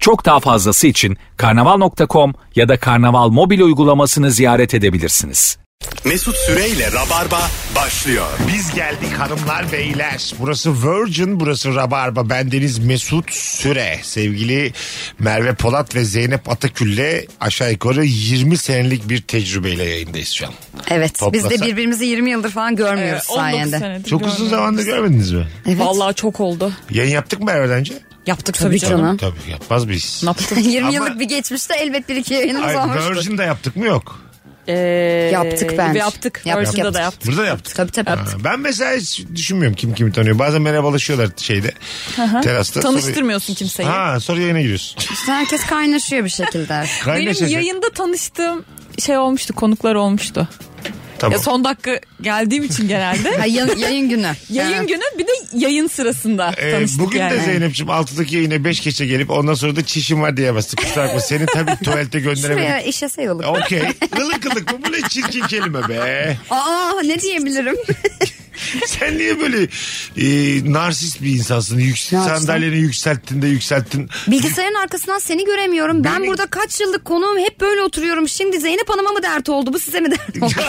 Çok daha fazlası için karnaval.com ya da karnaval mobil uygulamasını ziyaret edebilirsiniz. Mesut Süreyle Rabarba başlıyor. Biz geldik hanımlar beyler. Burası Virgin, burası Rabarba. Bendeniz Mesut Süre. Sevgili Merve Polat ve Zeynep Atakül'le aşağı yukarı 20 senelik bir tecrübeyle yayındayız şu an. Evet Toplasak- biz de birbirimizi 20 yıldır falan görmüyoruz Ee, sayende. senedir Çok uzun görmüyorum. zamandır görmediniz mi? Evet. Vallahi çok oldu. Yayın yaptık mı Merve'den önce? Yaptık tabii, Tabii canım. canım. Tabii yapmaz biz. Ne yaptık? 20 Ama- yıllık bir geçmişte elbet bir iki yayınımız Ay, olmuştur. Virgin'de yaptık mı yok? Ee, Yaptık bence. ve Yaptık. Yaptık, Virgin'de yaptık. de yaptık. Burada yaptık. Tabii tabii. Ha, Ben mesela hiç düşünmüyorum kim kimi tanıyor. Bazen merhabalaşıyorlar şeyde. Terasta. Sonra- Tanıştırmıyorsun kimseyi. Ha sonra yayına giriyorsun. İşte herkes kaynaşıyor bir şekilde. Benim Kaynaşacak. yayında tanıştığım şey olmuştu, konuklar olmuştu. Tamam. Ya son dakika geldiğim için genelde. Ha, yayın, yayın günü. yayın Evet. günü bir de yayın sırasında Ee, tanıştık bugün yani. de Zeynep'ciğim 6'daki yayına 5 geçe gelip ondan sonra da çişim var diyemezsin. Kusura bakma seni tabii tuvalete Şuraya gönderemedim. işe sayılık. Okey. Kılık kılık bu böyle çirkin kelime be. Aa ne diyebilirim? Sen niye böyle e, narsist bir insansın? Yüks- Ne yapsam? sandalyeni yükselttin de yükselttin. Bilgisayarın arkasından seni göremiyorum. Ben Beni- burada kaç yıllık konuğum hep böyle oturuyorum. Şimdi Zeynep Hanım'a mı dert oldu? Bu size mi dert oldu?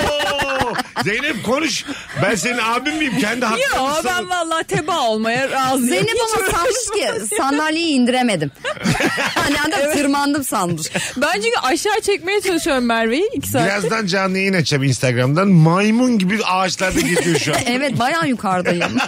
Oo! Zeynep konuş. Ben senin abim miyim? Kendi hakkımı Yo ben savun. vallahi teba olmaya razıyım. Zeynep Hiç Hanım sanmış ki sandalyeyi indiremedim. hani adam tırmandım sanmış. Ben çünkü aşağı çekmeye çalışıyorum Merve'yi iki saat. Birazdan canlı yayın açacağım Instagram'dan. Maymun gibi ağaçlarda geziyor şu an. Evet bayağı yukarıdayım.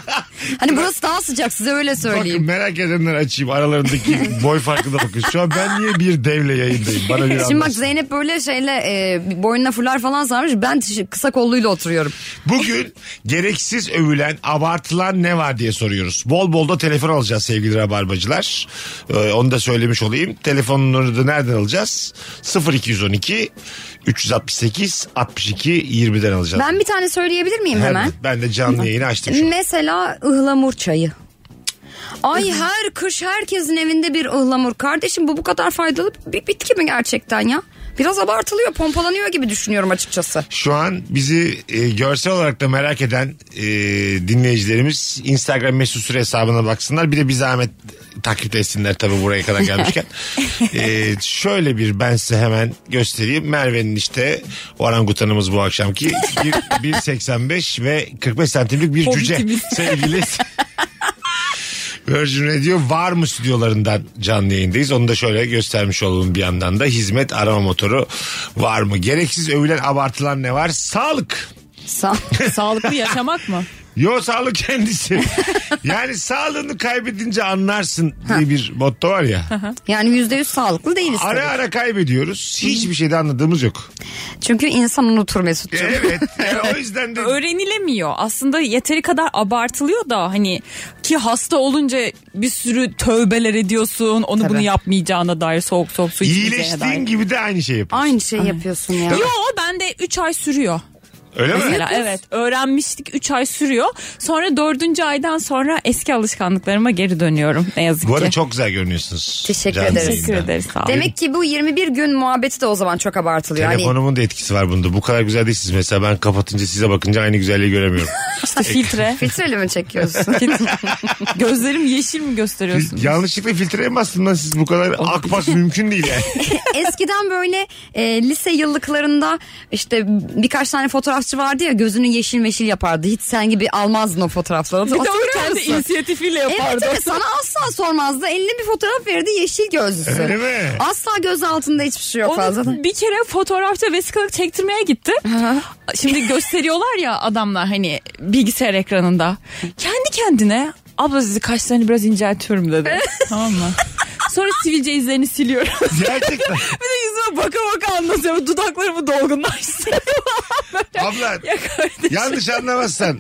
hani burası daha sıcak size öyle Bakın söyleyeyim. merak edenler açayım. Aralarındaki boy farkına bakın. Şu an ben niye bir devle yayındayım? Bana bir Şimdi bak anlasın. Zeynep böyle şeyle e, boynuna fular falan sarmış. Ben tiş- kısa kolluyla oturuyorum. Bugün gereksiz övülen, abartılan ne var diye soruyoruz. Bol bol da telefon alacağız sevgili rabarbacılar. Ee, onu da söylemiş olayım. Telefonları da nereden alacağız? 0212 368 62 20'den alacağız. Ben bir tane söyleyebilir miyim hemen? Ben de canlı yayını açtım şu an. Mesela ıhlamur çayı. Ay her kış herkesin evinde bir ıhlamur. Kardeşim bu bu kadar faydalı bir bitki mi gerçekten ya? Biraz abartılıyor, pompalanıyor gibi düşünüyorum açıkçası. Şu an bizi e, görsel olarak da merak eden e, dinleyicilerimiz Instagram mesut süre hesabına baksınlar. Bir de bir zahmet takip etsinler tabii buraya kadar gelmişken. E, şöyle bir ben size hemen göstereyim. Merve'nin işte orangutanımız bu akşamki bir- 1.85 ve 45 santimlik bir cüce. Hobbitimiz. Sevgili Virgin Radio var mı stüdyolarından canlı yayındayız. Onu da şöyle göstermiş olalım bir yandan da. Hizmet arama motoru var mı? Gereksiz övülen abartılan ne var? Sağlık. Sa- Sağlıklı yaşamak mı? Yo sağlık kendisi. yani sağlığını kaybedince anlarsın diye bir motto var ya. yani yüzde yüz sağlıklı değiliz. Ara tabii. ara kaybediyoruz. Hiçbir şeyde anladığımız yok. Çünkü insan unutur Mesut'cum. Evet. Yani o yüzden de öğrenilemiyor. Aslında yeteri kadar abartılıyor da hani ki hasta olunca bir sürü tövbeler ediyorsun. Onu Tabii. bunu yapmayacağına dair soğuk soğuk su içmeyeceğine dair. iyileştiğin gibi de aynı şey yapıyorsun. Aynı şey yapıyorsun ya. Yo bende 3 ay sürüyor. Öyle mi? Mesela evet öğrenmiştik 3 ay sürüyor. Sonra 4. aydan sonra eski alışkanlıklarıma geri dönüyorum ne yazık Bu arada ki. çok güzel görünüyorsunuz. Teşekkür Canlı ederiz. Teşekkür yayında. ederiz sağ olun. Demek ki bu 21 gün muhabbeti de o zaman çok abartılıyor. Hani Telefonumun da etkisi var bunda. Bu kadar güzel değilsiniz. Mesela ben kapatınca size bakınca aynı güzelliği göremiyorum. İşte filtre. Filtreli mi çekiyorsun? Gözlerim yeşil mi gösteriyorsun? Yanlışlıkla filtreye bastım lan siz bu kadar akbas mümkün değil yani. Eskiden böyle e, lise yıllıklarında işte birkaç tane fotoğrafçı vardı ya gözünü yeşil meşil yapardı. Hiç sen gibi almazdın o fotoğrafları. Bir de Hatırlıyor o kendi musun? inisiyatifiyle Evet yapardı. evet sana asla sormazdı. Eline bir fotoğraf verdi yeşil gözlüsü. Öyle mi? Asla göz altında hiçbir şey yok fazla. Onu bir kere fotoğrafta vesikalık çektirmeye gitti. Şimdi gösteriyorlar ya adamlar hani bilgisayar ekranında. Kendi kendine abla sizi kaşlarını biraz inceltiyorum dedi. tamam mı? Sonra sivilce izlerini siliyorum. Gerçekten. bir de yüzüme baka baka anlatıyorum. Dudaklarımı dolgunlaştırıyorum. Abla ya kardeşim. yanlış anlamazsan.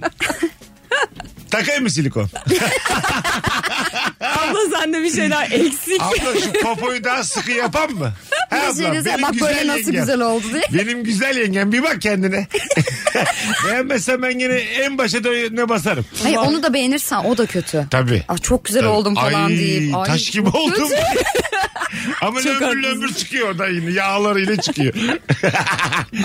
Takayım mı silikon? Abla sende bir şeyler eksik. Abla şu popoyu daha sıkı yapan mı? He abla, Düşünüze, benim Hani bak böyle nasıl yengem. güzel oldu diye. Benim güzel yengem bir bak kendine. Beğenmezsen ben yine en başa ne basarım. Hayır onu da beğenirsen o da kötü. Tabii. Ah, çok güzel Tabii. oldum falan Ay, deyip. Ay, Taş gibi çok oldum. kötü. Ama Çok lömbür haklısın. lömbür çıkıyor oradan yine. Yağlarıyla çıkıyor.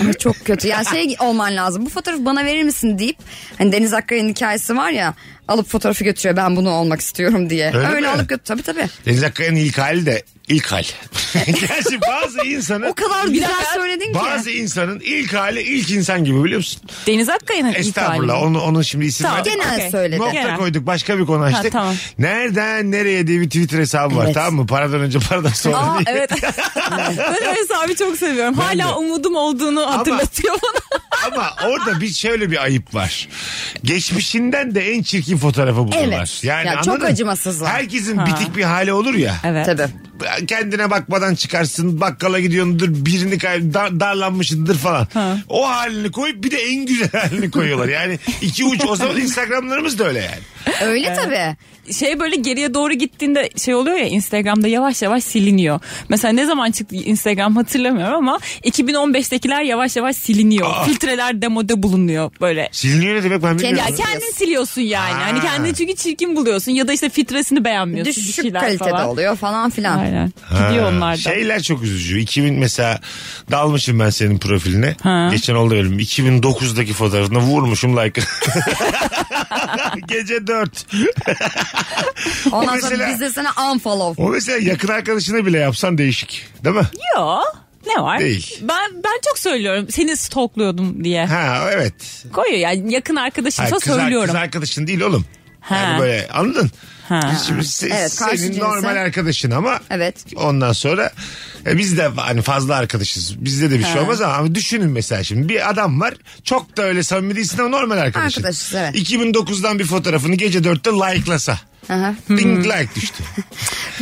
Ama çok kötü. Yani şey olman lazım. Bu fotoğrafı bana verir misin deyip hani Deniz Akkaya'nın hikayesi var ya alıp fotoğrafı götürüyor ben bunu olmak istiyorum diye. Öyle Öyle, mi? alıp götür. Tabii tabii. Deniz Akkaya'nın ilk hali de ilk hal. Gerçi bazı insanın O kadar güzel söyledin ki. bazı insanın ilk hali ilk insan gibi biliyor musun? Deniz Akkaya'nın ilk hali. Estağfurullah. Onu, onun şimdi isim Tamam. verdim. Genel Okey. söyledi. Nokta Genel. koyduk başka bir konu açtık. Ha, tamam. Nereden nereye diye bir Twitter hesabı var Evet. tamam mı? Paradan önce paradan sonra Aa diye. evet. ben o hesabı çok seviyorum. Hala de. umudum olduğunu hatırlatıyor bana. Ama orada bir şöyle bir ayıp var. Geçmişinden de en çirkin fotoğrafı bulurlar. Evet. Ya çok anladın mı? acımasızlar. Herkesin bitik bir hali olur ya. Evet. Tabii. Kendine bakmadan çıkarsın bakkala gidiyordur birini kay- dar- darlanmışındır falan. O halini koyup bir de en güzel halini koyuyorlar. Yani iki uç o zaman Instagramlarımız da öyle yani. Öyle tabii. şey böyle geriye doğru gittiğinde şey oluyor ya Instagram'da yavaş yavaş siliniyor. Mesela ne zaman çıktı Instagram hatırlamıyorum ama 2015'tekiler yavaş yavaş siliniyor. Filtreler demode bulunuyor böyle. Siliniyor ne demek ben bilmiyorum. Ya kendin siliyorsun yani. Ha. Hani kendini çünkü çirkin buluyorsun ya da işte filtresini beğenmiyorsun. bir Düşük şeyler kalitede falan. oluyor falan filan. Aynen. Gidiyor Ha, Şey- onlar da. Şeyler çok üzücü. 2000 mesela dalmışım ben senin profiline. Ha. Geçen oldu bölüm. 2009'daki fotoğrafına vurmuşum like. Gece 4. Ondan Mesela- sonra biz de sana unfollow. O mesela yakın arkadaşına bile yapsan değişik. Değil mi? Yo, Ne var? Değil. Ben ben çok söylüyorum. Seni stalkluyordum diye. Ha evet. Koyuyor yani yakın Ay, arkadaşımsa kız, söylüyorum. kız arkadaşın değil oğlum. Ha. Yani böyle anladın? Ha. Şimdi se- Evet, karşı senin cinsen- normal arkadaşın ama Evet. ondan sonra e, biz de hani fazla arkadaşız. Bizde de bir şey olmaz ama düşünün mesela şimdi bir adam var çok da öyle samimi değilsin ama normal arkadaşın. Arkadaşız, evet. 2009'dan bir fotoğrafını gece 4'te like'lasa. Aha. Ding like düştü.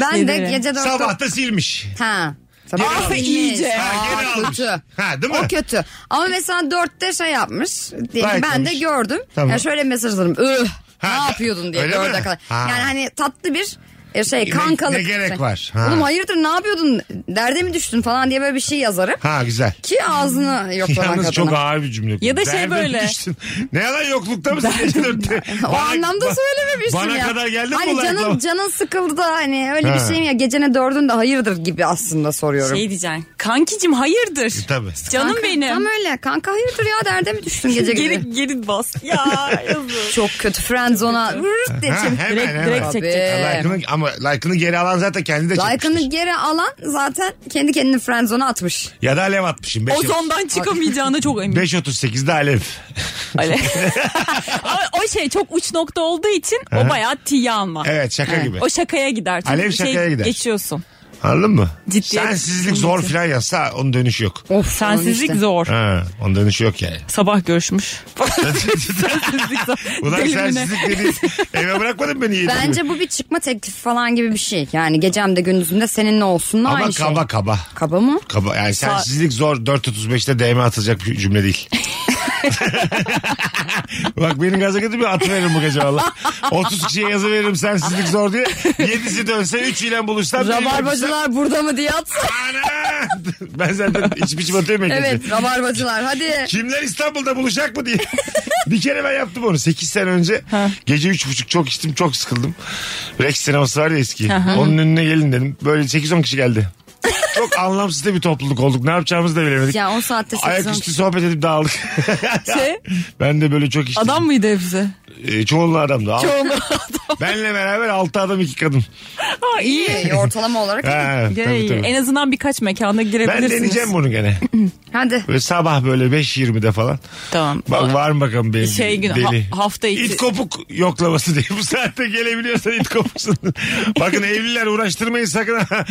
Ben de Sinirli. gece dörtte... Sabah da silmiş. Ha. Sabah Geri almış. almış. iyice. Ha, Aa, geri almış. kötü. Ha, değil mi? O kötü. Ama mesela dörtte şey yapmış. Diyelim Like ben de demiş. gördüm. Tamam. Ya şöyle mesaj alırım. Üh, Ha, ne yapıyordun diye öyle mi? dörde kadar. Ha. Yani hani tatlı bir e, şey Ne- kankalık. ne gerek şey. var? Ha. Oğlum hayırdır ne yapıyordun? Derde mi düştün falan diye böyle bir şey yazarım. Ha güzel. Ki ağzını yoklanan Yalnız kadına. çok ağır bir cümle. Ya da şey Derdin böyle. düştün. Ne yalan yoklukta mısın? gece dörtte? O Bana- anlamda ba- söylememiştim bana ya. kadar geldi mi hani bu canın, ayaklama? canın sıkıldı da hani öyle Ha. bir şey mi ya gecene dördün de hayırdır gibi aslında soruyorum. Şey diyeceksin. Kankicim hayırdır? E, tabii. Canım Kanka, benim. Tam öyle kanka hayırdır ya derde mi düştün gece gibi. geri, geri bas. Ya yazık. Çok kötü friendzone'a vırt diye Ha, çekip- hemen Direkt- hemen. direkt Tabii. çekecek. Ha, like'ını- ama like'ını geri alan zaten kendi de çekmiştir. Like'ını geri alan zaten kendi kendini friendzone'a atmış. Ya da alev atmışım. Beş- Ozondan çıkamayacağına çok eminim. 5.38'de alev. Ale. Ama o şey çok uç nokta olduğu için o bayağı tiye alma. Evet şaka gibi. O şakaya gider. Çünkü Alev şey, şakaya gider. Geçiyorsun. Anladın mı? Ciddiyet. Sensizlik zor filan yazsa onun dönüşü yok. Of Sensizlik zor. Ha, onun dönüşü yok yani. Sabah görüşmüş. Sensizlik zor. Ulan Delimine. sensizlik dedi. Eve bırakmadın beni yedi. Bence bu bir çıkma teklifi falan gibi bir şey. Yani gecemde gündüzümde seninle olsun Ama aynı kaba şey. kaba. Kaba mı? Kaba yani sensizlik zor 4.35'te DM atılacak bir cümle değil. Bak benim gaza kötü bir atı veririm bu gece valla. 30 kişiye yazı veririm sensizlik zor diye. 7'si dönse 3 ile buluşsam. biriyle buluşsam- Rabarbacılar burada mı diye atsın. Ana! Ben zaten içim içim atıyorum ya gece. Evet rabarbacılar hadi. Kimler İstanbul'da buluşacak mı diye. bir kere ben yaptım onu 8 sene önce. Gece üç buçuk çok içtim çok sıkıldım. Rex sineması var ya eski. Onun önüne gelin dedim. Böyle 8-10 kişi geldi. Çok anlamsız da bir topluluk olduk. Ne yapacağımızı da bilemedik. Ya 10 saatte sezon. Ayaküstü sohbet edip dağıldık. Şey, ben de böyle çok işte. adam mıydı hepsi? E, çoğunluğu adamdı. Al- Çoğunluğu Benle beraber altı adam iki kadın. İyi ortalama olarak. iyi. Ha, Gene tabii, iyi. tabii. En azından birkaç mekanda Ben girebilirsiniz. deneyeceğim bunu gene. Hadi. Böyle sabah böyle 5.20'de falan. Tamam. Bak var mı bakalım benim Şey günü, deli. ha- hafta içi- İt kopuk yoklaması diye bu saatte gelebiliyorsan it kopuksun. Bakın evliler uğraştırmayın sakın ha.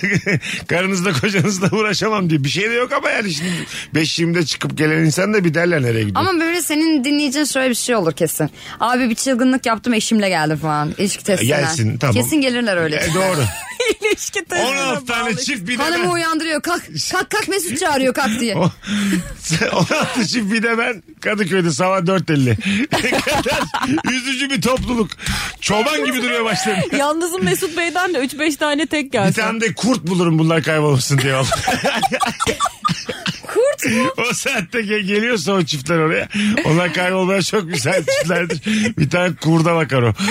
Karınızla kocanızla uğraşamam diye. Bir şey de yok ama yani şimdi 5.20'de çıkıp gelen insan da bir derler nereye gidiyor. Ama böyle senin dinleyicin şöyle bir şey olur kesin. Abi bir çılgınlık yaptım eşimle geldi falan. İlişki testinden. Gelsin, tamam. Kesin gelirler öyle. E, doğru. İlişki testine 16 tane bağlı. çift bir de Hanımı ben. uyandırıyor kalk kalk kalk Mesut çağırıyor kalk diye. O- 16 çift bir de ben Kadıköy'de sabah 4.50. Ne kadar Yüzücü bir topluluk. Çoban gibi duruyor başlarında. Yalnızım Mesut Bey'den de 3-5 tane tek Bir gelsin. tane de kurt bulurum bunlar kaybolmasın diye. Kurt mu? o saatte gel- geliyorsa o çiftler oraya. Onlar kaybolmaya çok müsait çiftlerdir. Bir tane kurda bakar o.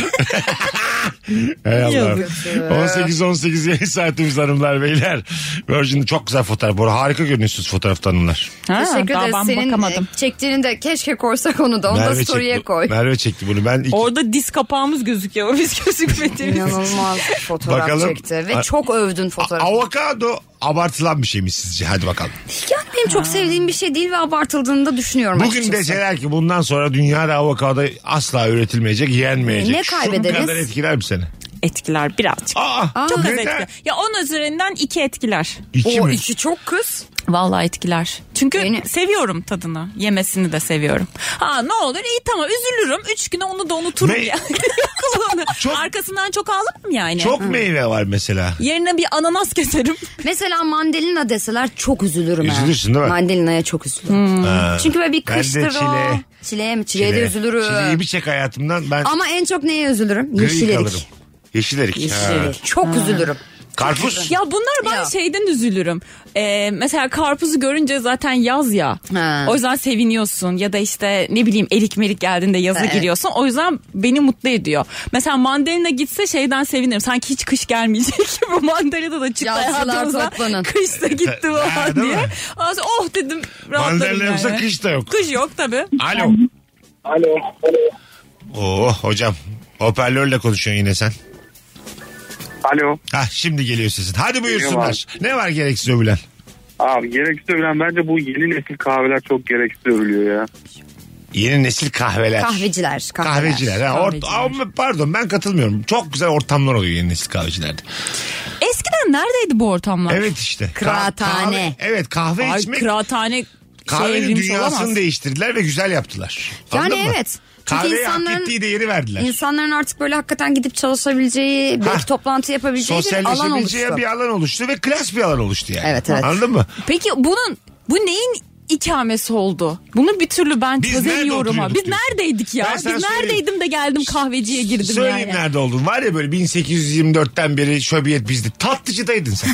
Hay Allah'ım. 18-18 yayın saatimiz hanımlar beyler. Virgin'de çok güzel fotoğraf. Bu arada harika görünüyorsunuz fotoğrafta hanımlar. Ha, Teşekkür daha ederiz. ben Senin bakamadım. e, çektiğini de keşke koysak onu da. Onu da story'e çekti, koy. Merve çekti bunu. Ben iki, Orada diz kapağımız gözüküyor. Biz gözükmediğimiz. İnanılmaz fotoğraf Bakalım. çekti. Ve A- çok övdün A- fotoğrafı. avokado abartılan bir şey mi sizce? Hadi bakalım. Yani benim çok sevdiğim bir şey değil ve abartıldığını da düşünüyorum Bugün açıkçası. deseler ki bundan sonra dünyada avokado asla üretilmeyecek, yenmeyecek. Ne kaybederiz? Şu kadar etkiler mi seni? etkiler birazcık. Aa, Çok az neden? etkiler. Ya 10 üzerinden 2 etkiler. İki O mi? iki çok kız. Vallahi etkiler. Çünkü Yeni. seviyorum tadını. Yemesini de seviyorum. Ha ne olur iyi tamam üzülürüm. Üç güne onu da unuturum Ne? yani. Kulağını. Çok- Arkasından çok ağlarım yani. Çok meyve var mesela. Yerine bir ananas keserim. Mesela mandalina deseler çok üzülürüm. ha. Üzülürsün değil mi? Mandalina'ya çok üzülürüm. Hmm. Çünkü böyle bir Ben de kıştır o. çile. Çileye mi? Çileye de üzülürüm. Çileği bir çek hayatımdan ben Ama en çok neye üzülürüm? gri Yeşil kalırım. erik. Yeşil erik. Ha. Yeşil erik. Çok üzülürüm. Karpuz. Ya bunlar ben Ya. şeyden üzülürüm. Ee, mesela karpuzu görünce zaten yaz ya. Ha. O yüzden seviniyorsun ya da işte ne bileyim erik merik geldiğinde yaza Evet. giriyorsun. O yüzden beni mutlu ediyor. Mesela mandalina gitse şeyden sevinirim. Sanki hiç kış gelmeyecek gibi mandalina da çıktı Yazlılar hayatımıza. toplanın. Kış da gitti Ha, falan değil diye. mi? Ondan sonra oh dedim rahatladım Mandalina yani. yoksa kış da yok. Kış yok tabii. Alo. Alo. Oo hocam. Hoparlörle konuşuyorsun yine sen. Alo. Ha şimdi geliyor sesin. Hadi buyursunlar. Ne var gereksiz övülen? Abi gereksiz övülen bence bu yeni nesil kahveler çok gereksiz övülüyor ya. Yeni nesil kahveler. Kahveciler. Kahveler. Kahveciler. Ha, Ort- Ama pardon ben katılmıyorum. Çok güzel ortamlar oluyor yeni nesil kahvecilerde. Eskiden neredeydi bu ortamlar? Evet işte. Ka- Kıraathane. kahve- evet kahve Ay içmek kıraathane şey kahvenin evrilmiş dünyasını olamaz. değiştirdiler ve güzel yaptılar. Yani Anladın mı? evet. Çünkü Kahveye hak insanların- ettiği değeri verdiler. İnsanların artık böyle hakikaten gidip çalışabileceği, belki toplantı yapabileceği bir şey alan Sosyalleşebileceği oluştu. bir alan oluştu ve klas bir alan oluştu yani. Evet, evet. Anladın mı? Peki bunun bu neyin ikamesi oldu? Bunu bir türlü ben Biz nerede çözemiyorum ha. oturuyorduk Biz diyorsun? neredeydik ya? Ben Biz sana söyleyeyim. neredeydim de geldim kahveciye girdim Söyleyeyim yani. nerede oldun. Var ya böyle 1824'ten beri şöbiyet bizde. Tatlıcıdaydın sen.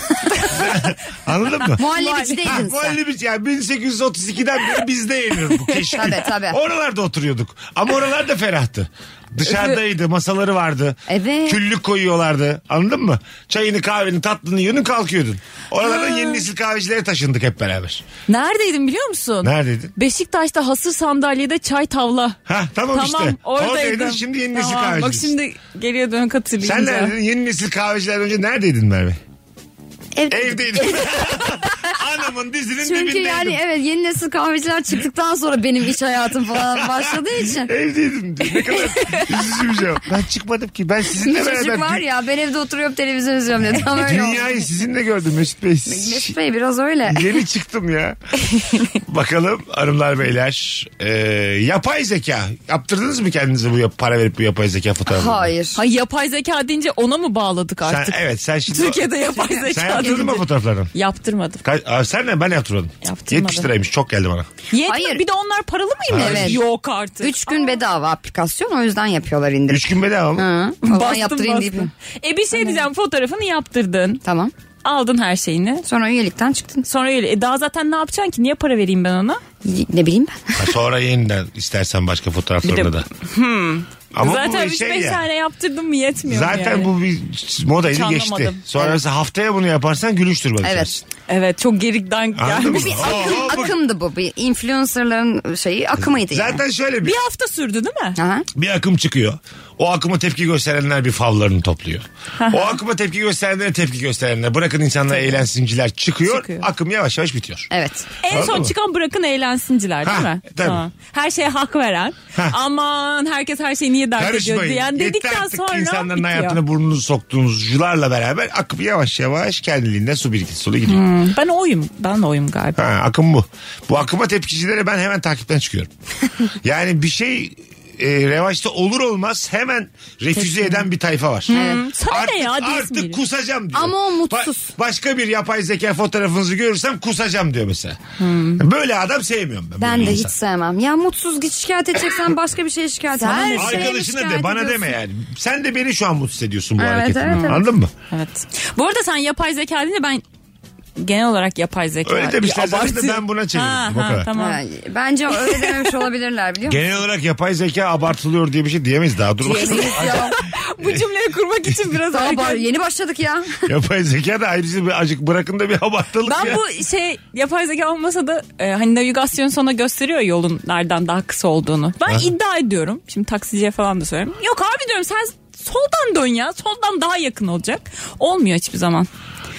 Anladın mı? Muhallebicideydin Ha, sen. muhallebici. şey. yani 1832'den beri bizde yeniyor bu keşke. Tabii, tabii. Oralarda oturuyorduk. Ama oralar da ferahtı. Dışarıdaydı, masaları vardı. Evet. Küllük koyuyorlardı. Anladın mı? Çayını, kahveni, tatlını yiyordun, kalkıyordun. Oralardan yeni nesil kahvecilere taşındık hep beraber. Neredeydim biliyor musun? Neredeydin? Beşiktaş'ta hasır sandalyede çay tavla. Ha tamam, Tamam işte. oradaydım. şimdi yeni nesil Tamam, kahveciyiz. Bak şimdi geriye dön hatırlayınca. Sen neredeydin? Yeni nesil kahvecilerden önce neredeydin Merve? Evde- Evdeydin. Anamın dizinin Çünkü dibindeydim. yani evet yeni nesil kahveciler çıktıktan sonra benim iş hayatım falan başladığı için. Evdeydim diyor. Ne kadar üzücü bir şey. Ben çıkmadım ki. Ben sizinle Bir çocuk beraber var ya ben evde oturuyorum televizyon izliyorum dedi. Ama öyle oldu. Dünyayı sizinle gördüm Mesut Bey. Mesut Bey biraz öyle. Yeni çıktım ya. Bakalım hanımlar beyler. Ee, yapay zeka. Yaptırdınız mı kendinize bu yap- para verip bu yapay zeka fotoğrafını? Hayır. Ha, yapay zeka deyince ona mı bağladık Sen, artık? evet sen şimdi... Türkiye'de yapay Sen zeka yaptırdın mı deyince. fotoğraflarını? Yaptırmadım. Ka- Aa, sen ne? Ben yaptırmadım. Yaptırmadım. 70 liraymış. Çok geldi bana. Yetmedi. Hayır. Bir de onlar paralı mıymış? Evet. Yok artık. Üç gün bedava aplikasyon o yüzden yapıyorlar indirim. 3 gün bedava mı? Hı, o zaman yaptırayım deyip. E bir şey diyeceğim fotoğrafını yaptırdın. Tamam. Aldın her şeyini. Sonra üyelikten çıktın. Sonra öyle e daha zaten ne yapacaksın ki? Niye para vereyim ben ona? Y- Ne bileyim ben. Ha, sonra yeniden istersen başka Bir fotoğraflarını de- da. Ama Zaten bu 3-5 şey ya. tane yaptırdım mı yetmiyor mu Zaten yani? bu bir modaydı Hiç geçti. anlamadım. Sonra mesela haftaya bunu yaparsan gülüştür bakarsın. Evet. Evet çok gerikten Anladın mı? gelmiş. Bir Oo, oo, akım, bu- akımdı bu. Bir influencerların şeyi akımıydı yani. Zaten şöyle bir, Bir hafta sürdü değil mi? Aha. bir akım çıkıyor. O akıma tepki gösterenler bir favlarını topluyor. o akıma tepki gösterenlere tepki gösterenler. Bırakın insanlar eğlensinciler çıkıyor, Çıkıyor. Akım yavaş yavaş bitiyor. Evet. En Anladın son mı? çıkan bırakın eğlensinciler değil Ha, mi? tabii. Her şeye hak veren. Aman herkes her şeyi niye dert ediyor Karışmayın. diyen Yeter dedikten artık sonra insanların bitiyor. hayatına burnunuzu soktuğunuzcularla beraber akım yavaş yavaş kendiliğinden su birikintisi oluyor gidiyor. Ben oyum. Ben oyum galiba. Ha, akım bu. Bu akıma tepkicilere ben hemen takipten çıkıyorum. yani bir şey e, revaçta olur olmaz hemen refüze eden bir tayfa var. Sana Artık, ne ya? diyorsun artık biri. kusacağım diyor. Ama o mutsuz. başka bir yapay zeka fotoğrafınızı görürsem kusacağım diyor mesela. Böyle adam sevmiyorum ben. Ben böyle de hiç insan. sevmem. Ya mutsuz git şikayet edeceksen başka bir şeye şikayet et. Sen- Her şeye mi Arkadaşına şikayet de bana ediyorsun? deme yani. Sen de beni şu an mutsuz ediyorsun bu Evet, hareketinden. evet, evet. Anladın mı? Evet. Bu arada sen yapay zeka deyince ben genel olarak yapay zeka. Öyle demişler bir zaten de abartı. ben buna çevirdim. Ha, O ha, kadar. Tamam. Ha, Bence öyle dememiş olabilirler biliyor musun? Genel olarak yapay zeka abartılıyor diye bir şey diyemeyiz daha. Dur bakalım. Ya, Bu cümleyi kurmak için biraz daha erken. bar- yeni başladık ya. Yapay zeka da ayrıca bir acık bırakın da bir abartalım Ben ya. bu şey yapay zeka olmasa da e, hani navigasyon sana gösteriyor ya yolun nereden daha kısa olduğunu. Ben iddia ediyorum. Şimdi taksiciye falan da söylüyorum. Yok abi diyorum sen soldan dön ya. Soldan daha yakın olacak. Olmuyor hiçbir zaman.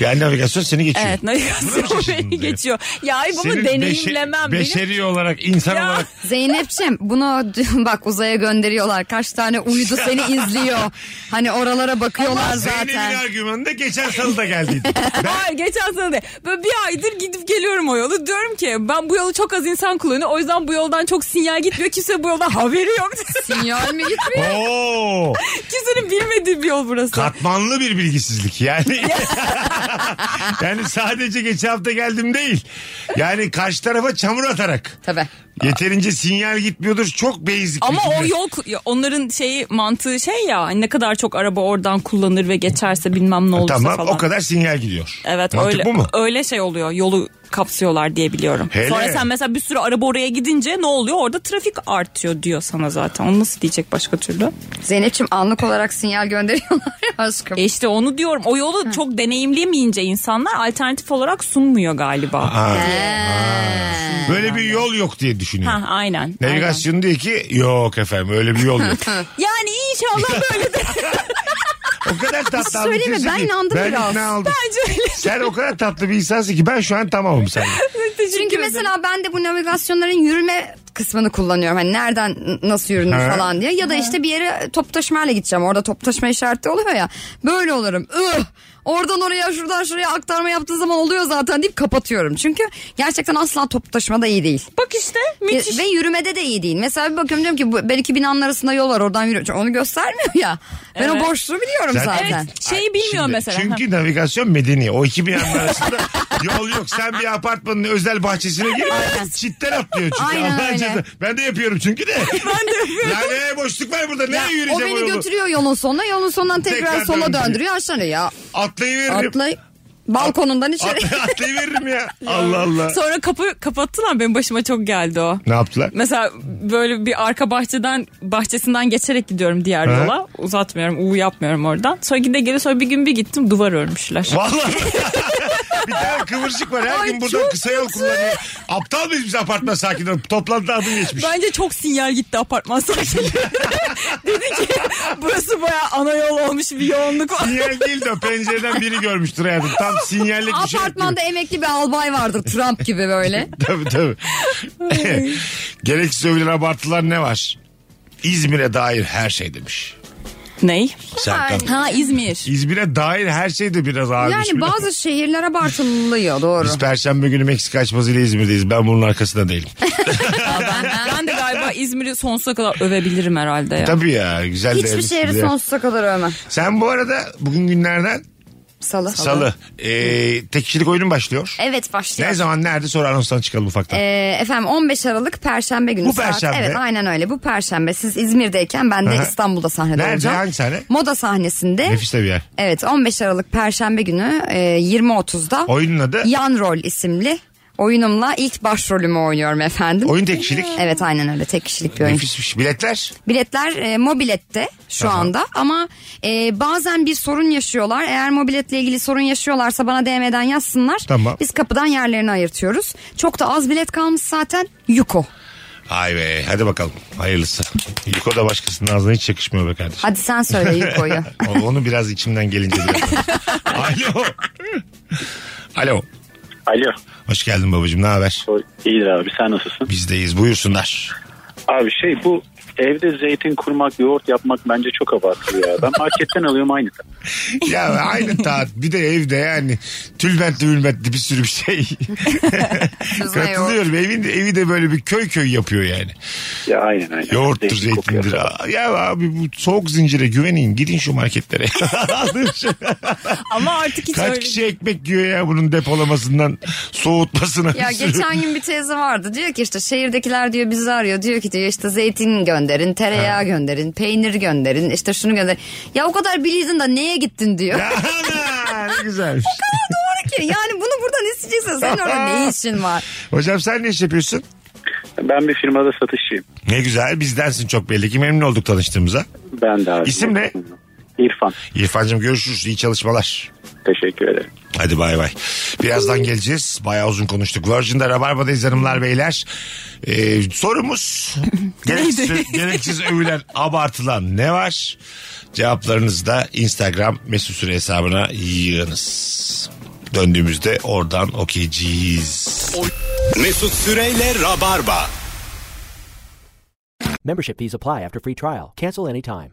Yani navigasyon seni geçiyor. Evet Buna mı navigasyon şaşırdın beni diye? geçiyor. Ya ay bunu Senin deneyimlemem. beşe- benim. Beşeri olarak, insan Ya. olarak. Zeynep'ciğim bunu bak uzaya gönderiyorlar. Kaç tane uydu seni izliyor. Hani oralara bakıyorlar Zeynep'in zaten. argümanı da geçen salı da geldiydi. Hayır geçen sene de böyle bir aydır gidip geliyorum o yolu. Diyorum ki ben bu yolu çok az insan kullanıyor. O yüzden bu yoldan çok sinyal gitmiyor. Kimse bu yoldan haberi yok. Sinyal mi gitmiyor? Oo, Kimsenin bilmediği bir yol burası. katmanlı bir bilgisizlik yani. yani sadece geçen hafta geldim değil. Yani karşı tarafa çamur atarak. Tabii. Yeterince sinyal gitmiyordur. Çok basic. Ama o bilgiler. yol ya onların şeyi mantığı şey ya hani ne kadar çok araba oradan kullanır ve geçerse bilmem ne olursa Tamam falan. o kadar sinyal gidiyor. Evet Mantık öyle bu mu? öyle şey oluyor. Yolu kapsıyorlar diye biliyorum. Hele. Sonra sen mesela bir sürü araba oraya gidince ne oluyor? Orada trafik artıyor diyor sana zaten. Onu nasıl diyecek başka türlü? Zeynep'ciğim anlık olarak sinyal gönderiyorlar ya aşkım. E işte onu diyorum. O yolu çok deneyimlemeyince insanlar alternatif olarak sunmuyor galiba. Ha. Böyle bir yol yok diye düşünüyor. Ha aynen. aynen. Navigasyon diyor ki yok efendim öyle bir yol yok. Yani inşallah böyle de o kadar tatlı abi. söyleyeyim mi? Kimse Ben değil. inandım ben biraz. ikna oldum. bence öyle. Sen o kadar tatlı bir insansın ki ben şu an tamamım seninle. Çünkü mesela ben de bu navigasyonların yürüme kısmını kullanıyorum. Hani nereden n- nasıl yürünür Ha. falan diye. Ya da işte bir yere top taşımayla gideceğim. Orada top taşıma işareti oluyor ya. Böyle olurum. Ih! Oradan oraya şuradan şuraya aktarma yaptığın zaman oluyor zaten deyip kapatıyorum. Çünkü gerçekten asla top taşıma da iyi değil. Bak işte müthiş. Ve yürümede de iyi değil. Mesela bir bakıyorum diyorum ki bu, ben iki binanın arasında yol var oradan yürüyorum. Çünkü Onu göstermiyor ya. Ben Evet. o boşluğu biliyorum Zaten- zaten. Evet şeyi bilmiyor Şimdi, mesela. Çünkü navigasyon medeni. O iki binanın arasında yol yok. Sen bir apartmanın özel bahçesine gir. Çitten atlıyor çünkü. Aynen Allah'ın öyle. cezası. Ben de yapıyorum çünkü de. ben de yapıyorum. Yani e, boşluk var burada. Nereye O yürüyeceğim o, beni yolu? götürüyor yolun sonuna. Yolun sonundan tekrar, Tekrar sola döndürüyor. döndürüyor aşağıya. Ya Atlayıveririm. atlay balkonundan içeri. Atla- atlayıveririm ya. Allah Allah. Sonra kapı kapattılar benim başıma çok geldi o. Ne yaptılar? Mesela böyle bir arka bahçeden bahçesinden geçerek gidiyorum diğer Hı. yola. Uzatmıyorum, u yapmıyorum oradan. Sonra gide gele sonra bir gün bir gittim duvar örmüşler. Vallahi. bir tane kıvırcık var. Her Ay, gün buradan çok kısa yol kullanıyor. Aptal mıyız biz apartman sakinleri? Toplantıda adım geçmiş. Bence çok sinyal gitti apartman sakinleri. Dedi ki burası baya ana yol olmuş bir yoğunluk var. Sinyal değil de pencereden biri görmüştür hayatım. Tam sinyallik bir şey. Apartmanda emekli bir albay vardır Trump gibi böyle. tabii tabii. Gereksiz övülen abartılar ne var? İzmir'e dair her şey demiş. Ney? Serkan. Ha İzmir. İzmir'e dair her şey de biraz ağırmış. Yani biliyor musun? bazı şehirler abartılıyor doğru. Biz Perşembe günü Meksika açmasıyla İzmir'deyiz. Ben bunun arkasında değilim. Ya ben, ben de galiba İzmir'i sonsuza kadar övebilirim herhalde ya. Tabii ya güzel de Hiçbir şey evimiz şehri gibi. sonsuza kadar övme. Sen bu arada bugün günlerden Salı. salı. Ee, tek kişilik oyunun başlıyor. Evet başlıyor. Ne zaman nerede sonra anonstan çıkalım ufaktan. Ee, efendim 15 Aralık Perşembe günü Bu saat. Perşembe. Evet aynen öyle bu Perşembe. Siz İzmir'deyken ben de Aha. İstanbul'da sahnede Nerede? olacağım. Hangi sahne? Moda sahnesinde. Nefis de bir yer. Evet 15 Aralık Perşembe günü e, 20.30'da Oyunun adı? Yan Rol isimli oyunumla ilk başrolümü oynuyorum efendim. Oyun tek kişilik. Evet aynen öyle tek kişilik bir oyun. Nefismiş. Biletler. Biletler e, mobilette şu anda ama e, bazen bir sorun yaşıyorlar. Eğer mobiletle ilgili sorun yaşıyorlarsa bana DM'den yazsınlar. Tamam. Biz kapıdan yerlerini ayırtıyoruz. Çok da az bilet kalmış zaten. Yuko. Ay be hadi bakalım hayırlısı. Yuko da başkasının ağzına hiç yakışmıyor be kardeşim. Hadi sen söyle Yuko'yu. O- Onu biraz içimden gelince biraz. Alo. Alo. Alo. Hoş geldin babacığım ne haber? İyidir abi sen nasılsın? Bizdeyiz buyursunlar. Abi şey bu evde zeytin kurmak, yoğurt yapmak bence çok abartılı ya. Ben marketten alıyorum aynı. Ya aynı taat bir de evde yani tülbentli mülbentli bir sürü bir şey. Katılıyorum evin, evi de böyle bir köy köy yapıyor yani. Ya aynen aynen. Yoğurttur Zeytin kokuyor zeytindir. falan. Aa, Ya abi bu soğuk zincire güvenin gidin şu marketlere. Ama artık hiç Kaç öyle kişi ekmek yiyor ya bunun depolamasından soğutmasına. Ya bir sürü- geçen gün bir teyze vardı. Diyor ki işte şehirdekiler diyor bizi arıyor. Diyor ki diyor işte zeytin gönderin, tereyağı gönderin, peynir gönderin, işte şunu gönderin. Ya o kadar bilirdin da neye gittin diyor. Ya ana, ne güzelmiş. Doğru ki yani bunu buradan isteyeceksin. Senin orada ne işin var? Hocam sen ne iş yapıyorsun? Ben bir firmada satışçıyım. Ne güzel bizdensin çok belli ki memnun olduk tanıştığımıza. Ben de abi. İsim ne? İrfan. İrfan'cığım görüşürüz iyi çalışmalar. Teşekkür ederim. Hadi bay bay. Birazdan geleceğiz. Bayağı uzun konuştuk. Virgin'de Rabarba'dayız hanımlar beyler. Ee, sorumuz gereksiz, gereksiz övülen abartılan ne var? Cevaplarınızı da Instagram mesut süre hesabına yığınız. Döndüğümüzde oradan okeyeceğiz. Mesut Süreyle Rabarba. Membership fees apply after free trial. Cancel any time.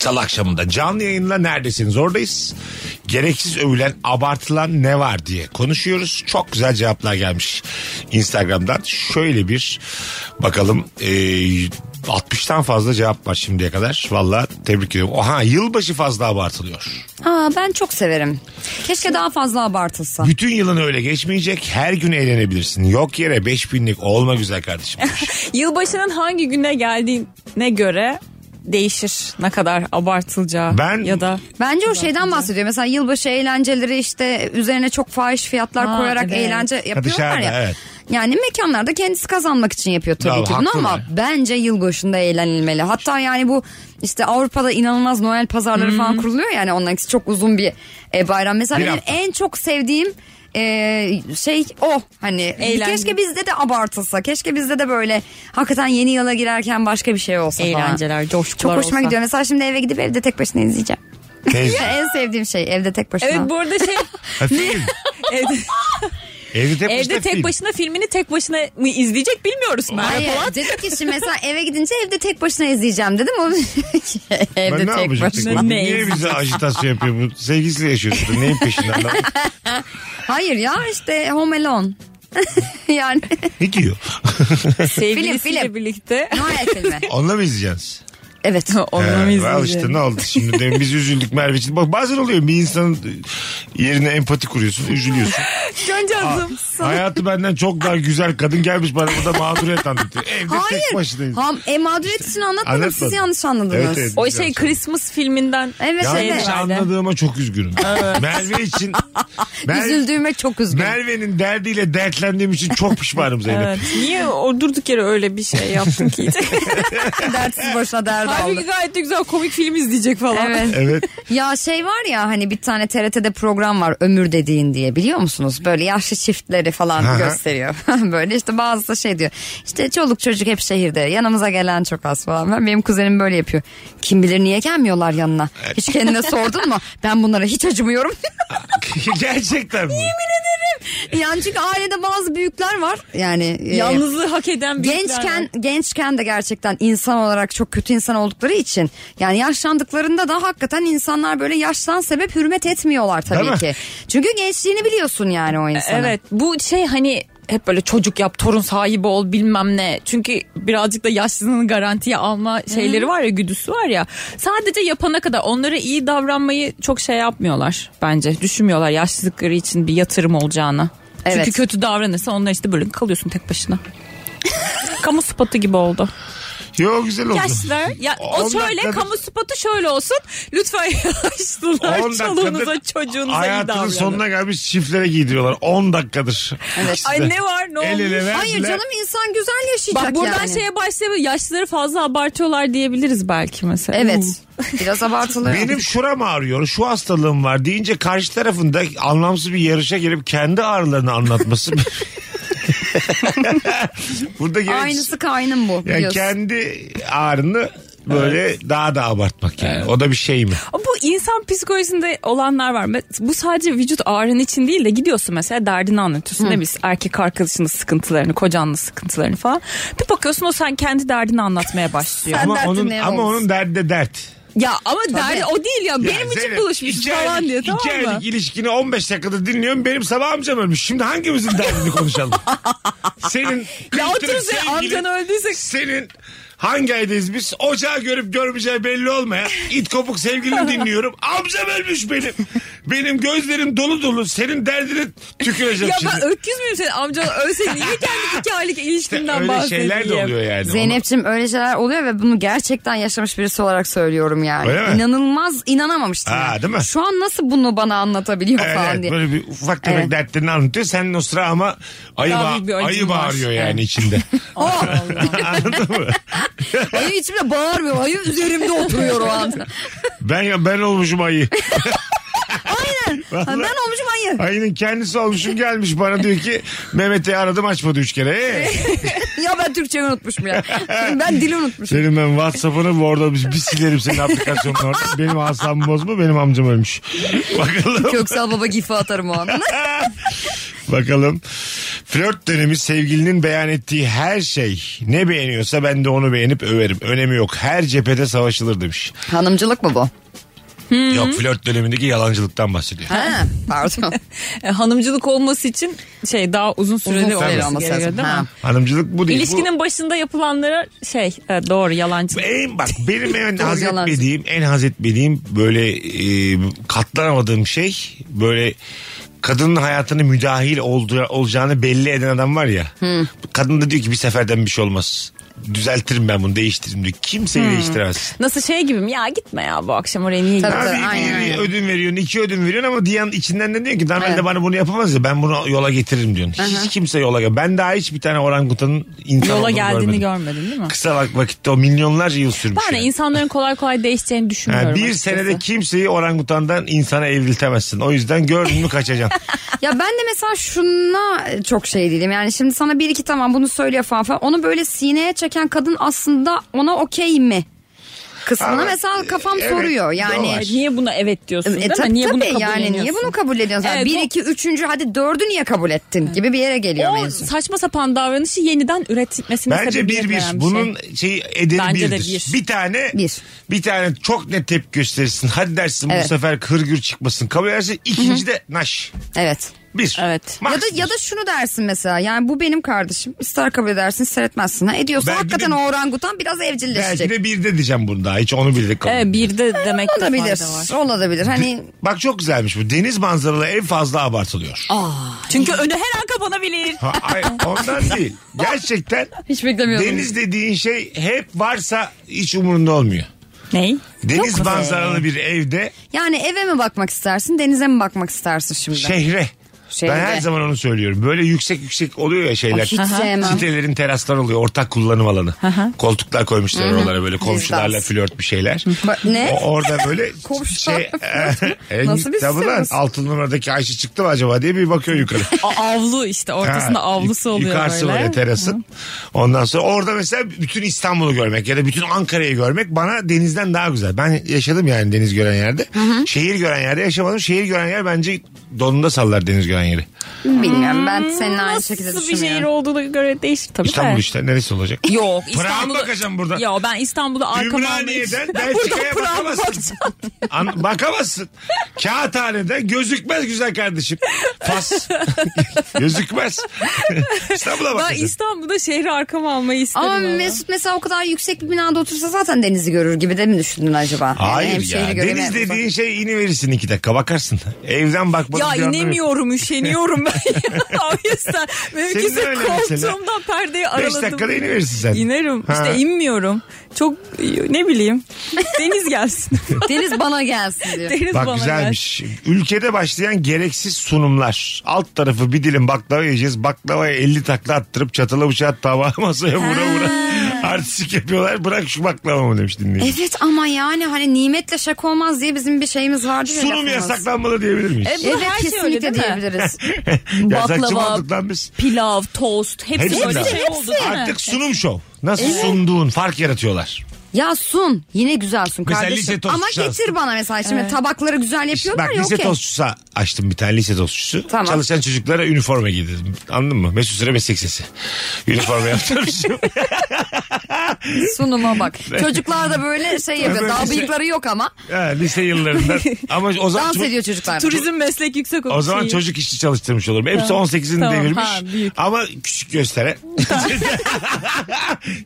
Salı akşamında canlı yayınla neredesiniz oradayız. Gereksiz övülen abartılan ne var diye konuşuyoruz. Çok güzel cevaplar gelmiş Instagram'dan. Şöyle bir bakalım e, 60'tan fazla cevap var şimdiye kadar. Valla tebrik ediyorum. Oha yılbaşı fazla abartılıyor. Aa, ben çok severim. Keşke daha fazla abartılsa. Bütün yılın öyle geçmeyecek. Her gün eğlenebilirsin. Yok yere 5000'lik olma güzel kardeşim. Yılbaşının hangi güne geldiğine göre değişir ne kadar abartılacağı Ben- ya da Bence o şeyden bahsediyor. Mesela yılbaşı eğlenceleri işte üzerine çok fahiş fiyatlar Ha, koyarak evet. eğlence yapıyorlar dışarıda, ya. evet. Yani mekanlarda kendisi kazanmak için yapıyor tabii Ya, ki bunu ama haklılar. bence yılbaşında eğlenilmeli. Hatta yani bu işte Avrupa'da inanılmaz Noel pazarları falan kuruluyor yani onların ikisi çok uzun bir e, bayram. Mesela Bir benim hafta. en çok sevdiğim e, şey o hani Eğlence. keşke bizde de abartılsa keşke bizde de böyle hakikaten yeni yıla girerken başka bir şey olsa falan. eğlenceler, Çok coşkular hoşuma olsa. gidiyor. Mesela şimdi eve gidip evde tek başına izleyeceğim. Teyze. Ya en sevdiğim şey evde tek başına. Evet bu arada şey Ha, film. evde, Evde tek evde başına tek film. başına filmini tek başına mı izleyecek bilmiyoruz. Merve Hayır Polat. dedim ki şimdi mesela eve gidince evde tek başına izleyeceğim dedim. O Ben evde ne tek yapacağım tek başına. başına? Ne? Niye bize ajitasyon yapıyor bu? Sevgilisiyle yaşıyorsun. Neyin peşinden? lan? Hayır ya işte Home Alone. yani ne diyor? Sevgilisiyle Film, film. birlikte. Noel filmi. Onunla mı izleyeceksiniz? Evet. Onunla He, mı Al izleyeceğiz? işte ne oldu şimdi demin biz üzüldük Merve için. Bak bazen oluyor bir insanın yerine empati kuruyorsun üzülüyorsun. Göncazım. Hayatı benden çok daha güzel kadın gelmiş bana burada mağduriyet anlatıyor. Evde tek Hayır. başınayız. Ham, e, mağduriyet için anlatmadım. anlatmadım. Siz yanlış anladınız. Evet, evet. O şey Christmas filminden. Evet, şey Yanlış evet. herhalde. anladığıma çok üzgünüm. Merve için Mer- Üzüldüğüme çok üzgünüm. Merve'nin derdiyle dertlendiğim için çok pişmanım Zeynep. Evet. Niye o durduk yere öyle bir şey yaptın ki? Dertsiz boşuna derdi aldı. Halbuki gayet de güzel komik film izleyecek falan. Evet. Evet. Ya şey var ya hani bir tane TRT'de program var ömür dediğin diye biliyor musunuz? Böyle yaşlı çiftleri Aha. falan gösteriyor. böyle işte bazısı da şey diyor. İşte çoluk çocuk hep şehirde yanımıza gelen çok az falan. Ben, benim kuzenim böyle yapıyor. Kim bilir niye gelmiyorlar yanına. Hiç kendine sordun mu? Ben bunlara hiç acımıyorum. Gerçekten mi? yani çünkü ailede bazı büyükler var. Yani e, Yalnızlığı hak eden büyükler var. Gençken gençken de gerçekten insan olarak çok kötü insan oldukları için yani yaşlandıklarında da hakikaten insanlar böyle yaştan sebep hürmet etmiyorlar tabii Değil mi? ki. Çünkü gençliğini biliyorsun yani o insanın. E, Evet bu şey hani hep böyle çocuk yap torun sahibi ol bilmem ne. Çünkü birazcık da yaşlılığını garantiye alma şeyleri var ya güdüsü var ya. Sadece yapana kadar onlara iyi davranmayı çok şey yapmıyorlar bence. Düşünmüyorlar yaşlılıkları için bir yatırım olacağını. Evet. Çünkü kötü davranırsa onlar işte böyle kalıyorsun tek başına. kamu spotu gibi oldu. Yo güzel oldu. Yaşlılar ya o On şöyle dakikadır- kamu spotu şöyle olsun. Lütfen yaşlılar 10 çoluğunuza dakikadır çocuğunuza iyi Hayatının davranın. sonuna gelmiş çiftlere giydiriyorlar. 10 dakikadır. Evet. Ay ne var ne El olmuş? ele verdiler. Hayır canım insan güzel yaşayacak Bak buradan şey- yani. şeye başlayabilir. Yaşlıları fazla abartıyorlar diyebiliriz belki mesela. Evet. Hmm. Biraz abartılıyor. Benim şuram ağrıyor, şu hastalığım var deyince karşı tarafın da anlamsız bir yarışa gelip kendi ağrılarını anlatması. Burada gerek Aynısı kaynım bu yani biliyorsun. kendi ağrını böyle daha da abartmak yani. O da bir şey mi? Ama Bu insan psikolojisinde olanlar var. Mes- Bu sadece vücut ağrın için değil de gidiyorsun mesela derdini anlatıyorsun. Ne biz erkek arkadaşının sıkıntılarını, kocanın sıkıntılarını falan. Bir bakıyorsun o sen kendi derdini anlatmaya başlıyor. Sen ama derdin onun ne ama olsun? onun derdi de dert. ya ama derdi o değil ya. Benim Ya için Zeynep, buluşmuş iki falan aylık- diyor iki tamam mı? aylık ilişkini 15 dakikada dinliyorum. Benim sabah amcam ölmüş. Şimdi hangimizin derdini konuşalım? Senin Ya kültürün, oturun sen sevgilin- amcan öldüyse Senin hangi aydayız biz? Ocağı görüp görmeyeceği belli olmayan it kopuk sevgilini dinliyorum. Amcam ölmüş benim. Benim gözlerim dolu dolu. Senin derdini tüküreceğim ya şimdi. ben öküz müyüm senin amcan ölse niye kendi iki aylık ilişkimden Öyle bahsedeyim? şeyler de oluyor yani. Zeynep'ciğim öyle şeyler oluyor ve bunu gerçekten yaşamış birisi olarak söylüyorum yani. Öyle mi? İnanılmaz inanamamıştım. Ha, yani. değil mi? Şu an nasıl bunu bana anlatabiliyor Evet, falan evet, diye. böyle bir ufak tefek Evet. dertlerini anlatıyor. Senin o sıra ama ayı, Daha ba- büyük bir acın ayı var. bağırıyor yani içinde. Anladın mı? Ayı içimde bağırmıyor. Ayı üzerimde oturuyor o anda. Ben ben olmuşum ayı. Ha, ben olmuşum ayı. Ayının kendisi olmuşum gelmiş bana diyor ki Mehmet'i aradım açmadı üç kere. Ee, ya ben Türkçeyi unutmuşum ya. ben dili unutmuşum. senin ben Whatsapp'ını bu orada biz, biz silerim senin aplikasyonunu oradan. Benim asabımı bozma benim amcam ölmüş. Bakalım. Köksal Baba gifi atarım o an. Bakalım. Flört dönemi sevgilinin beyan ettiği her şey. Ne beğeniyorsa ben de onu beğenip överim. Önemi yok. Her cephede savaşılır demiş. Hanımcılık mı bu? Yok flört dönemindeki yalancılıktan bahsediyor. Ha, pardon. E, hanımcılık olması için şey daha uzun süreli Uzun süreli olması olması lazım. gerekiyor değil Ha. mi? Hanımcılık bu değil. Bu- İlişkinin başında yapılanlara şey e, doğru yalancı. en bak benim en Doğru haz yalancı. etmediğim en haz etmediğim böyle e, katlanamadığım şey böyle kadının hayatını müdahil oldu, olacağını belli eden adam var ya. Kadın da diyor ki bir seferden bir şey olmaz. Düzeltirim ben bunu değiştiririm diyor. Kimseyi değiştiremez. Nasıl şey gibi mi? Ya gitme ya bu akşam oraya niye Tabii. gidiyorsun? Abi bir aynen, aynen. ödün veriyorsun, iki ödün veriyorsun ama diyen içinden de diyor ki normalde Evet. bana bunu yapamaz ya ben bunu yola getiririm diyorsun. Hiç kimse yola gel. Ben daha hiçbir tane orangutanın insan Yola olduğunu geldiğini görmedim. görmedin değil mi? Kısa vak- vakitte o milyonlarca yıl sürmüş. Ben de yani. insanların kolay kolay değişeceğini düşünmüyorum. Yani bir açıkçası. senede kimseyi orangutandan insana evriltemezsin. O yüzden gördün mü kaçacaksın. Ya ben de mesela şuna çok şey değilim. Yani şimdi sana bir iki tamam bunu söylüyor falan falan. Onu böyle sineye çeken kadın aslında ona okey mi? Kısmını Ama, mesela kafam evet, soruyor. doğru. Yani Evet, niye buna evet diyorsun E, değil mi? tabii niye bunu tabii kabul yani niye bunu kabul ediyorsun? Yani Evet, bir, o- iki, üçüncü hadi dördü niye kabul ettin gibi bir yere geliyor o mevzu. saçma sapan davranışı yeniden üretilmesine Bence bir bir. veren Bunun şey. şeyi edeni Bence de birdir. bir. Bir tane Bir. bir tane çok net tepki gösterirsin. Hadi dersin bu Evet. sefer kırgür çıkmasın. Kabul edersin. İkinci de naş. Evet. Bir. Evet. Ya da ya da şunu dersin mesela. Yani bu benim kardeşim. İster kabul edersin, ister etmezsin. Ha ediyorsa Belki hakikaten de- o orangutan biraz Belki evcilleşecek. de bir de diyeceğim bunu daha. Hiç onu bildik. kabul Evet, E, bir de demek de Olabilir. fayda var. Olabilir. Hani Bak çok güzelmiş bu. Deniz manzaralı en fazla abartılıyor. Çünkü önü her an kapanabilir. Ha, hayır, ondan değil. Gerçekten hiç beklemiyordum. deniz dediğin şey hep varsa hiç umurunda olmuyor. Ney? Deniz manzaralı bir evde Şey, Yani eve mi bakmak istersin, denize mi bakmak istersin şimdi? şehre Şeyde. Ben her zaman onu söylüyorum. Böyle yüksek yüksek oluyor ya şeyler. Ay, hiç sevmem. Sitelerin terasları oluyor. Ortak kullanım alanı. Koltuklar koymuşlar oralara böyle komşularla Bizans. flört bir şeyler. Ba- ne? O- orada böyle Komşularla şey. en, Nasıl bir tabii lan, sitemiz? altın numaradaki Ayşe çıktı mı acaba diye bir bakıyor yukarı. A- avlu işte ortasında Ha, avlusu yuk- oluyor yukarısı böyle. terasın. Ondan sonra orada mesela bütün İstanbul'u görmek ya da bütün Ankara'yı görmek bana denizden daha güzel. Ben yaşadım yani deniz gören yerde. Şehir gören yerde yaşamadım. Şehir gören yer bence donunda sallar deniz gören yeri. Bilmiyorum ben seninle aynı şekilde Nasıl bir şehir düşünmüyorum. olduğuna göre değişir tabii İstanbul de. işte neresi olacak? Yok Pırağa mı İstanbul'da. bakacağım burada? Yo ben İstanbul'da arkama almayı. Ümraniye'den Belçika'ya bakamazsın. An- bakamazsın. Kağıthane'de gözükmez güzel kardeşim. Fas. gözükmez. İstanbul'a Ben bakacaksın. İstanbul'da şehri arkama almayı isterim. Ama Ama Mesut mesela o kadar yüksek bir binada otursa zaten denizi görür gibi de mi düşündün acaba? Yani hem Hayır şehri ya. göreyim, Deniz hem- dediğin şey iniverirsin iki dakika bakarsın. Evden bakmanın Ya bir anlamı yok. inemiyorum üşeniyorum ben. o yüzden Senin mümkünse öyle mesela. koltuğumdan perdeyi Beş araladım. dakikada iniverirsin sen. İnerim. Ha. İşte inmiyorum. Çok ne bileyim. Deniz gelsin. Deniz bana gelsin diyor. Deniz Bak bana güzelmiş. Ülkede başlayan gereksiz sunumlar. Alt tarafı bir dilim baklava yiyeceğiz. Baklavaya 50 takla attırıp çatala bıçağı tava masaya vura vura. Artistik yapıyorlar. Bırak şu baklavamı demiş dinleyici. Evet ama yani hani nimetle şaka olmaz diye bizim bir şeyimiz vardı. ya, Sunum lafımız. yasaklanmalı diyebilir miyiz? gelsin. E, bu Evet her şey öyle kesinlikle değil mi? diyebiliriz. Yasakçı mı baklava, olduk lan biz? Pilav, tost hepsi, Hepsi böyle mi? şey oldu değil mi? Artık sunum şov. Nasıl sunduğun fark yaratıyorlar. ya sun yine güzel sun Mesela kardeşim. lise tostu Ama çalsın. getir bana mesela şimdi tabakları güzel yapıyorlar Bak ya lise okey. tostçusu açtım bir tane lise tostçusu. Tamam. Çalışan çocuklara üniforma giydirdim. Anladın mı? Mesut Süre meslek sesi. Üniforma yaptırmışım. Sunuma bak. Çocuklar da böyle şey yapıyor. Böyle Daha şey- bıyıkları yok ama. Ha, lise yıllarından. Ama o zaman Dans çocuk- ediyor çocuklar. Turizm meslek yüksek okulu. O zaman şeyi. çocuk işçi çalıştırmış olurum. Hepsi Tamam. 18'ini Tamam, devirmiş. ha, büyük. Ama küçük göstere.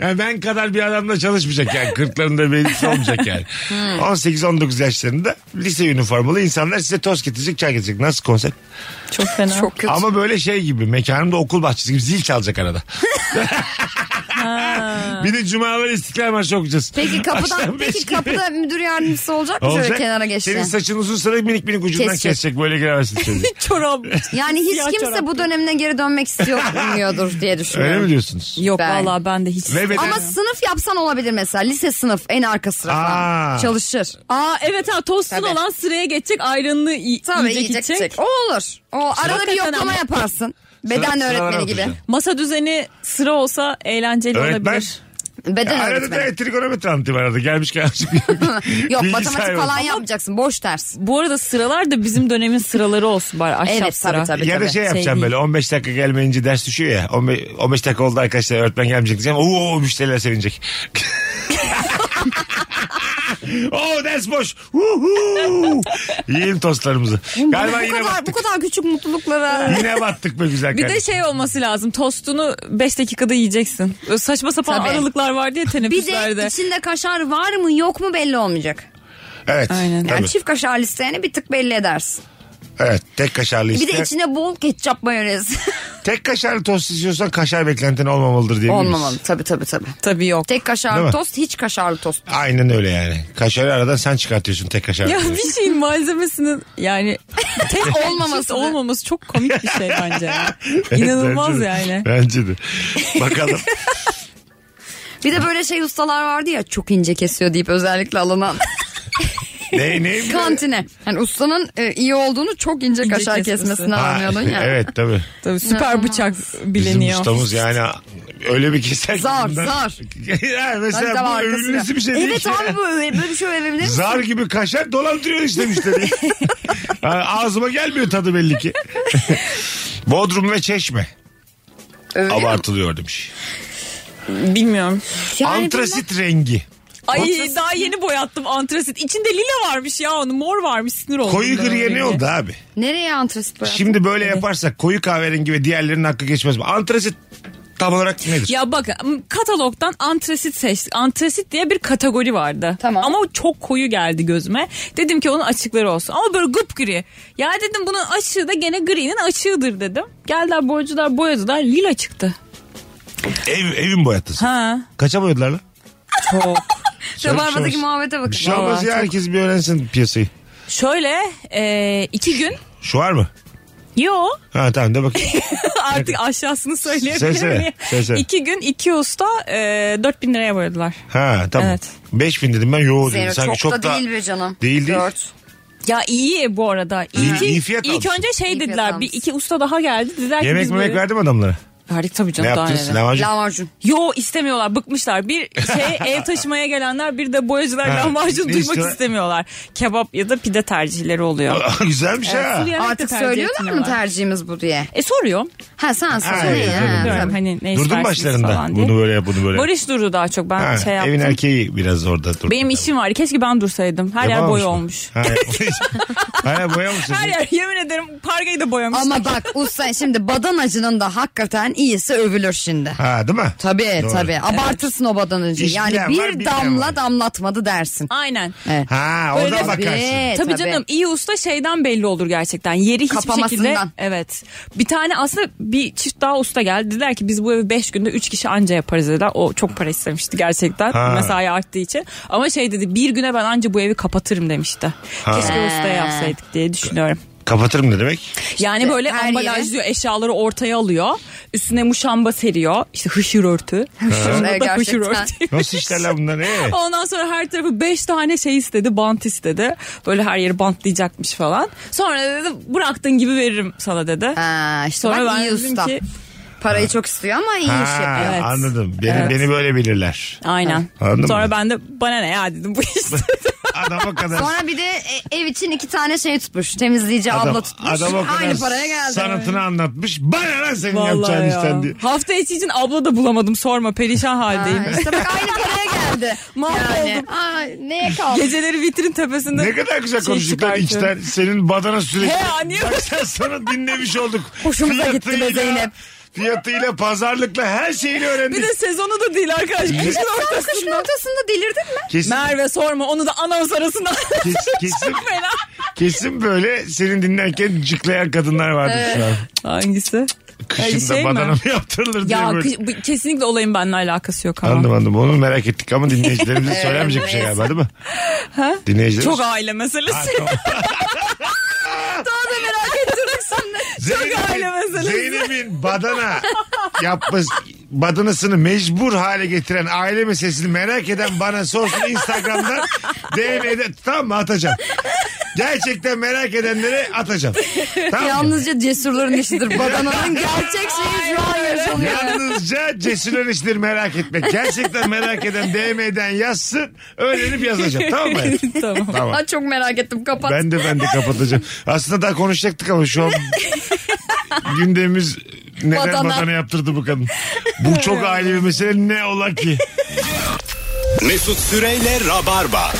yani ben kadar bir adamla çalışmayacak yani. 40'larında belirtisi olmayacak yani. Hmm. 18-19 yaşlarında lise üniformalı insanlar size toz getirecek, çay getirecek. Nasıl konsept? Çok fena. Çok kötü. Ama böyle şey gibi mekanımda okul bahçesi gibi zil çalacak arada. bir de cumaları İstiklal Marşı okuyacağız. Peki kapıdan Akşam beş peki gibi. kapıda müdür yardımcısı olacak mı şöyle kenara Senin geçti? saçın uzun sıra minik minik ucundan Kesecek. kesecek. Böyle giremezsin içeri. Çorap. Yani hiç Siyah kimse çorap. bu dönemine geri dönmek istiyordur diye Öyle düşünüyorum. mi diyorsunuz? Yok Ben- vallahi ben de hiç. Ve beden- Ama sınıf yapsan olabilir mesela. Lise sınıf en arka sıra Aa. falan. Çalışır. Aa evet ha tostun Tabii. olan sıraya geçecek ayranını y- Tabii yiyecek, yiyecek içecek. içecek. O olur. O arada bir Hakikaten yoklama ama- yaparsın. Beden Sıra- sıralara öğretmeni gibi. oturacaksın. Masa düzeni sıra olsa eğlenceli Öğretmen. olabilir. Beden Arada şey öğretmeni. da trigonometri anlatayım arada. Gelmiş gelmiş. bir- Yok bilgi matematik sahibi falan ol. yapmayacaksın. Boş ders. Bu arada sıralar da bizim dönemin sıraları olsun bari ahşap Evet, tabii, sıra. tabii. Ya da şey yapacağım değil. böyle 15 dakika gelmeyince ders düşüyor ya. 15, 15 dakika oldu arkadaşlar öğretmen gelmeyecek diyeceğim. Oo oo, müşteriler sevinecek. Oo ders boş. Uhu. Yiyelim tostlarımızı. Galiba bu yine kadar, battık. bu kadar küçük mutluluklara. Yine battık be güzel Bir de kardeşim. şey olması lazım tostunu 5 dakikada yiyeceksin. Böyle saçma sapan Tabii. aralıklar var diye bir teneffüslerde. de içinde kaşar var mı yok mu belli olmayacak. şey- Evet. Aynen. Tabii. Yani çift kaşar listeyeni bir tık belli edersin. Evet. Tek kaşarlı Bir iste. de içine bol ketçap mayonez. Tek kaşarlı tost istiyorsan kaşar beklentin olmamalıdır diye Olmamalı tabii tabii tabii. Tabii yok. Tek kaşarlı Değil mi? tost hiç kaşarlı tost. Aynen öyle yani. Kaşarı aradan sen çıkartıyorsun tek kaşarlı. Ya tostu. bir şeyin malzemesinin yani tek Olmaması. olmaması olmaması çok komik bir şey bence. ya. İnanılmaz Bence de. yani. Bence de. Bakalım. Bir de böyle şey ustalar vardı ya çok ince kesiyor deyip özellikle alınan ne ne? kantine. Hani ustanın e, iyi olduğunu çok ince, İnce kaşar kesmesi. kesmesine Ha, anlıyordun ya. Evet tabii. Tabii süper bıçak Bizim bileniyor. ustamız yani öyle bir keser. ki Zar, bundan- zar. yani Tabii mesela tabii bu arkasıyla. övülmesi bir şey değil Evet ki. abi böyle, böyle bir şey övebilir misin? Zar gibi kaşar dolandırıyor işte müşteri. Ha, Ağzıma gelmiyor tadı belli ki. Bodrum ve Çeşme Öyle mi? abartılıyor demiş. Bilmiyorum. Yani Antrasit rengi. Ay Antrasit daha yeni boyattım antrasit. İçinde lila varmış ya onun mor varmış sinir oldum. Koyu ben griye öyle. ne oldu abi? bilmem- Nereye antrasit bıraktın? Şimdi böyle yaparsak koyu kahverengi ve diğerlerinin hakkı geçmez mi? Antrasit tam olarak nedir? Ya bak m- katalogdan antrasit seçtik. Antrasit diye bir kategori vardı. Tamam. Ama o çok koyu geldi gözüme. Dedim ki onun açıkları olsun. Ama böyle gıp gri. Ya dedim bunun açığı da gene gri'nin açığıdır dedim. Geldiler boyacılar boyadılar lila çıktı. Ev, evin boyatısı. Ha. Kaça boyadılar lan? Çok. Şöyle bir Rabarba'daki şey olmaz. muhabbete bakın. Bir şey olmaz Vallahi ya çok- herkes bir öğrensin piyasayı. Şöyle e, iki gün Şu var mı? Yo Ha tamam de bakayım. artık aşağısını söyleyebilir Söylesene, miyim? söylesene. İki gün iki usta e, 4000 liraya boyadılar. Ha tamam. Evet. 5000 dedim ben yo dedim. Zero, Sanki çok, da değil be canım. Değil değil. Dört. Ya iyi bu arada. İyi, İyi- ki, iyi fiyat ilk almışsın. önce şey İyi fiyat dediler. Bir almışsın. iki usta daha geldi. Dediler ki Yemek biz memek böyle- verdim adamlara. Verdik tabii Ne canım. daha yaptınız? neler. Lahmacun. Lahmacun. Yo istemiyorlar bıkmışlar. Bir şey ev taşımaya gelenler bir de boyacılar Ha, lahmacun ne duymak istiyorlar? istemiyorlar. Kebap ya da pide tercihleri oluyor. Güzelmiş ha. Sulu yemek de Artık tercih söylüyorlar mı etmiyorlar. tercihimiz bu diye? E soruyorum. Ha sen Ha, söyle. evet, ha, evet, tabii. Diyorum hani ne Durdun istersiniz başlarında. falan diye. Bunu böyle yap bunu böyle. yap. Barış durdu daha çok ben Ha, şey yaptım. evin erkeği biraz orada durdu. Benim işim var. Keşke ben dursaydım. Her yer boy olmuş. Ha, Hayır boyamışsın. Her yer yemin ederim pargayı da boyamış. Ama bak usta şimdi badanacının da hakikaten iyisi övülür şimdi. Ha değil mi? Tabii Doğru. tabii. Abartırsın o badanacıyı. İş Yani bilen var, bir bilmeyen damla var. damlatmadı dersin. Aynen. Evet. Ha oradan Tabii, bakarsın. Tabii, canım iyi usta şeyden belli olur gerçekten. Yeri hiçbir Kapamasından. şekilde evet. Bir tane aslında bir çift daha usta geldi. Dediler ki biz bu evi 5 günde 3 kişi anca yaparız dediler. O çok para istemişti gerçekten. Ha. Mesai arttığı için. Ama şey dedi bir güne ben anca bu evi kapatırım demişti. Keşke usta yapsaydık diye düşünüyorum. Kapatırım ne demek? Yani böyle her ambalajlıyor eşyaları ortaya alıyor. Üstüne muşamba seriyor. İşte hışır örtü. Şurada Evet, gerçekten. hışır örtü. Nasıl işlerler bunlar? Ee? Ondan sonra her tarafı 5 tane şey istedi bant istedi. Böyle her yeri bantlayacakmış falan. Sonra dedi bıraktığın gibi veririm sana dedi. Ha, işte Sonra bak ben iyi dedim usta. ki Parayı çok istiyor ama iyi iş Ha, yapıyor. Evet. anladım. Beni, Evet. beni böyle bilirler. aynen. Anladın sonra mı? ben de bana ne ya dedim bu işte. Adam o kadar. Sonra bir de e, ev için iki tane şey tutmuş. Temizleyici abla Adam, tutmuş. adam o kadar Aynı paraya geldi. sanatını anlatmış. Bana lan senin yapacağın Vallahi işten ya. diye. Hafta içi için abla da bulamadım sorma perişan haldeyim. Ha, işte bak aynı paraya geldi. Mahvoldum. Yani. Ay, neye kaldı? Geceleri vitrin tepesinde Ne kadar güzel şey konuştuklar çıkartıyorum. içten. Senin badana sürekli. He ya, niye- Bak sen sana dinlemiş olduk. Hoşumuza gitti be Zeynep. Fiyatıyla, pazarlıkla her şeyini öğrendik. Bir de sezonu da değil arkadaş. Kışın Kışın ortasında. ortasında delirdin mi? kesin, Merve sorma onu da anons arasında. kes- kesin, Fena. kesin böyle senin dinlerken cıklayan kadınlar vardır şu an. Hangisi? Kışında şey mi? badana mı yaptırılır diye Ya böyle. kış- bu- kesinlikle olayın benimle alakası yok ama. Anladım anladım. Onu merak ettik ama dinleyicilerimize söylemeyecek bir şey galiba değil mi? Ha? Dinleyicilerimiz. Çok aile meselesi. tamam. Daha da merak ettirdik şimdi. Çok aile meselesi. Zeynep'in badana yapması badanasını mecbur hale getiren aile meselesini merak eden bana sorsun Instagram'dan DM'de tamam mı atacağım. Gerçekten merak edenlere atacağım. Tamam mı? Yalnızca cesurların işidir. Badananın gerçek şeyi şu an yaşanıyor. Yalnızca cesurun işleri merak etmek. Gerçekten merak eden DM'den yazsın. Öğrenip yazacağım. Tamam mı? hayatım? tamam. Tamam. Ay, çok merak ettim kapat. Ben de ben de kapatacağım. Aslında daha konuşacaktık ama şu an gündemimiz neden Badana. badana yaptırdı bu kadın. Bu çok aile bir mesele ne ola ki? Mesut Süreyle Rabarba.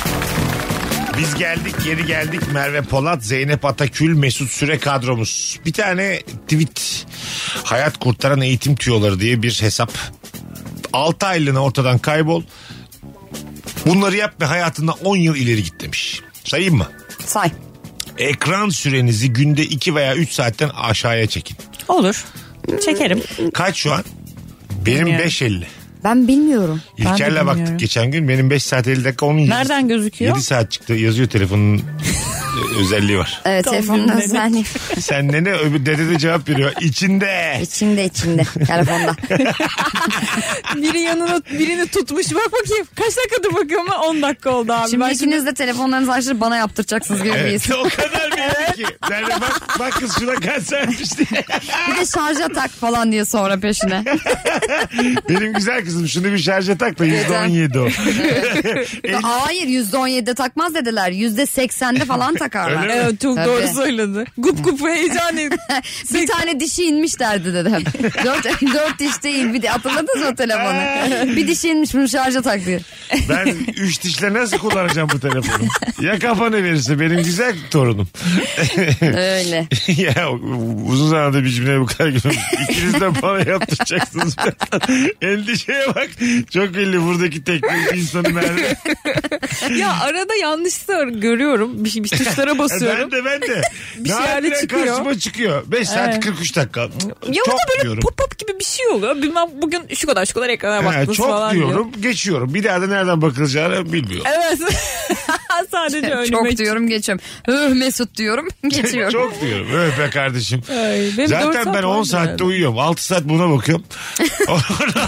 Biz geldik yeni geldik Merve Polat, Zeynep Atakül, Mesut Süre kadromuz. Bir tane tweet hayat kurtaran eğitim tüyoları diye bir hesap. 6 aylığına ortadan kaybol. Bunları yap ve hayatında 10 yıl ileri git demiş. Sayayım mı? Say. Ekran sürenizi günde 2 veya 3 saatten aşağıya çekin. Olur. Çekerim. Kaç şu an? Benim Bilmiyorum. 5.50. Ben bilmiyorum. de İlker'le baktık bilmiyorum. geçen gün. Benim 5 saat 50 dakika onun Nereden gözüküyor? 7 saat çıktı. Yazıyor telefonun e, özelliği var. Evet telefonun bilmedim. özelliği. Sen ne ne öbür dede de cevap veriyor. İçinde. İçimde içimde telefonda. Biri yanına birini tutmuş. Bak bakayım. Kaç dakikadır bakıyorum ben? 10 dakika oldu abi. Şimdi Ben şimdi- ikiniz de telefonlarınızı açtırıp bana yaptıracaksınız gibi bir Evet, his. o kadar belli ki. Nerede bak, bak kız şuna kaç saatmiş diye. Bir de şarja tak falan diye sonra peşine. Benim güzel kızım şunu bir şarja tak da %17 o. Hayır %17'de takmaz dediler. %80'de falan takarlar. Öyle mi? Evet çok Tabii. doğru söyledi. Gup gup heyecanı. Bir tane dişi inmiş derdi dedem. dört, dört diş değil. Bir de hatırladınız mı o telefonu? bir dişi inmiş bunu şarja tak diye. Ben 3 dişle nasıl kullanacağım bu telefonu? Ya kafanı verirse benim güzel torunum. Öyle. ya uzun zamandır bir cümleye bu kadar gülüyorum. İkiniz de bana yaptıracaksınız. Endişeye bak. Çok belli buradaki teknik insanı nerede. ya arada yanlışlar görüyorum. Bir, bir tuşlara basıyorum. E, Ben de ben de. Bir şeyler de Nadiren çıkıyor. Karşıma çıkıyor. 5 saat Evet. 43 dakika. Ya Ya bu da böyle pop-up gibi bir şey oluyor. Bilmem bugün şu kadar şu kadar ekrana Ha, baktınız çok falan diyor. diyorum geçiyorum. Bir daha da nereden bakılacağını bilmiyorum. Evet. sadece önüme Çok diyorum geçiyorum. Öh Mesut diyorum geçiyorum. Çok diyorum. Evet be kardeşim. benim dört Zaten saat ben 10 vardı saatte herhalde. uyuyorum. 6 saat buna bakıyorum.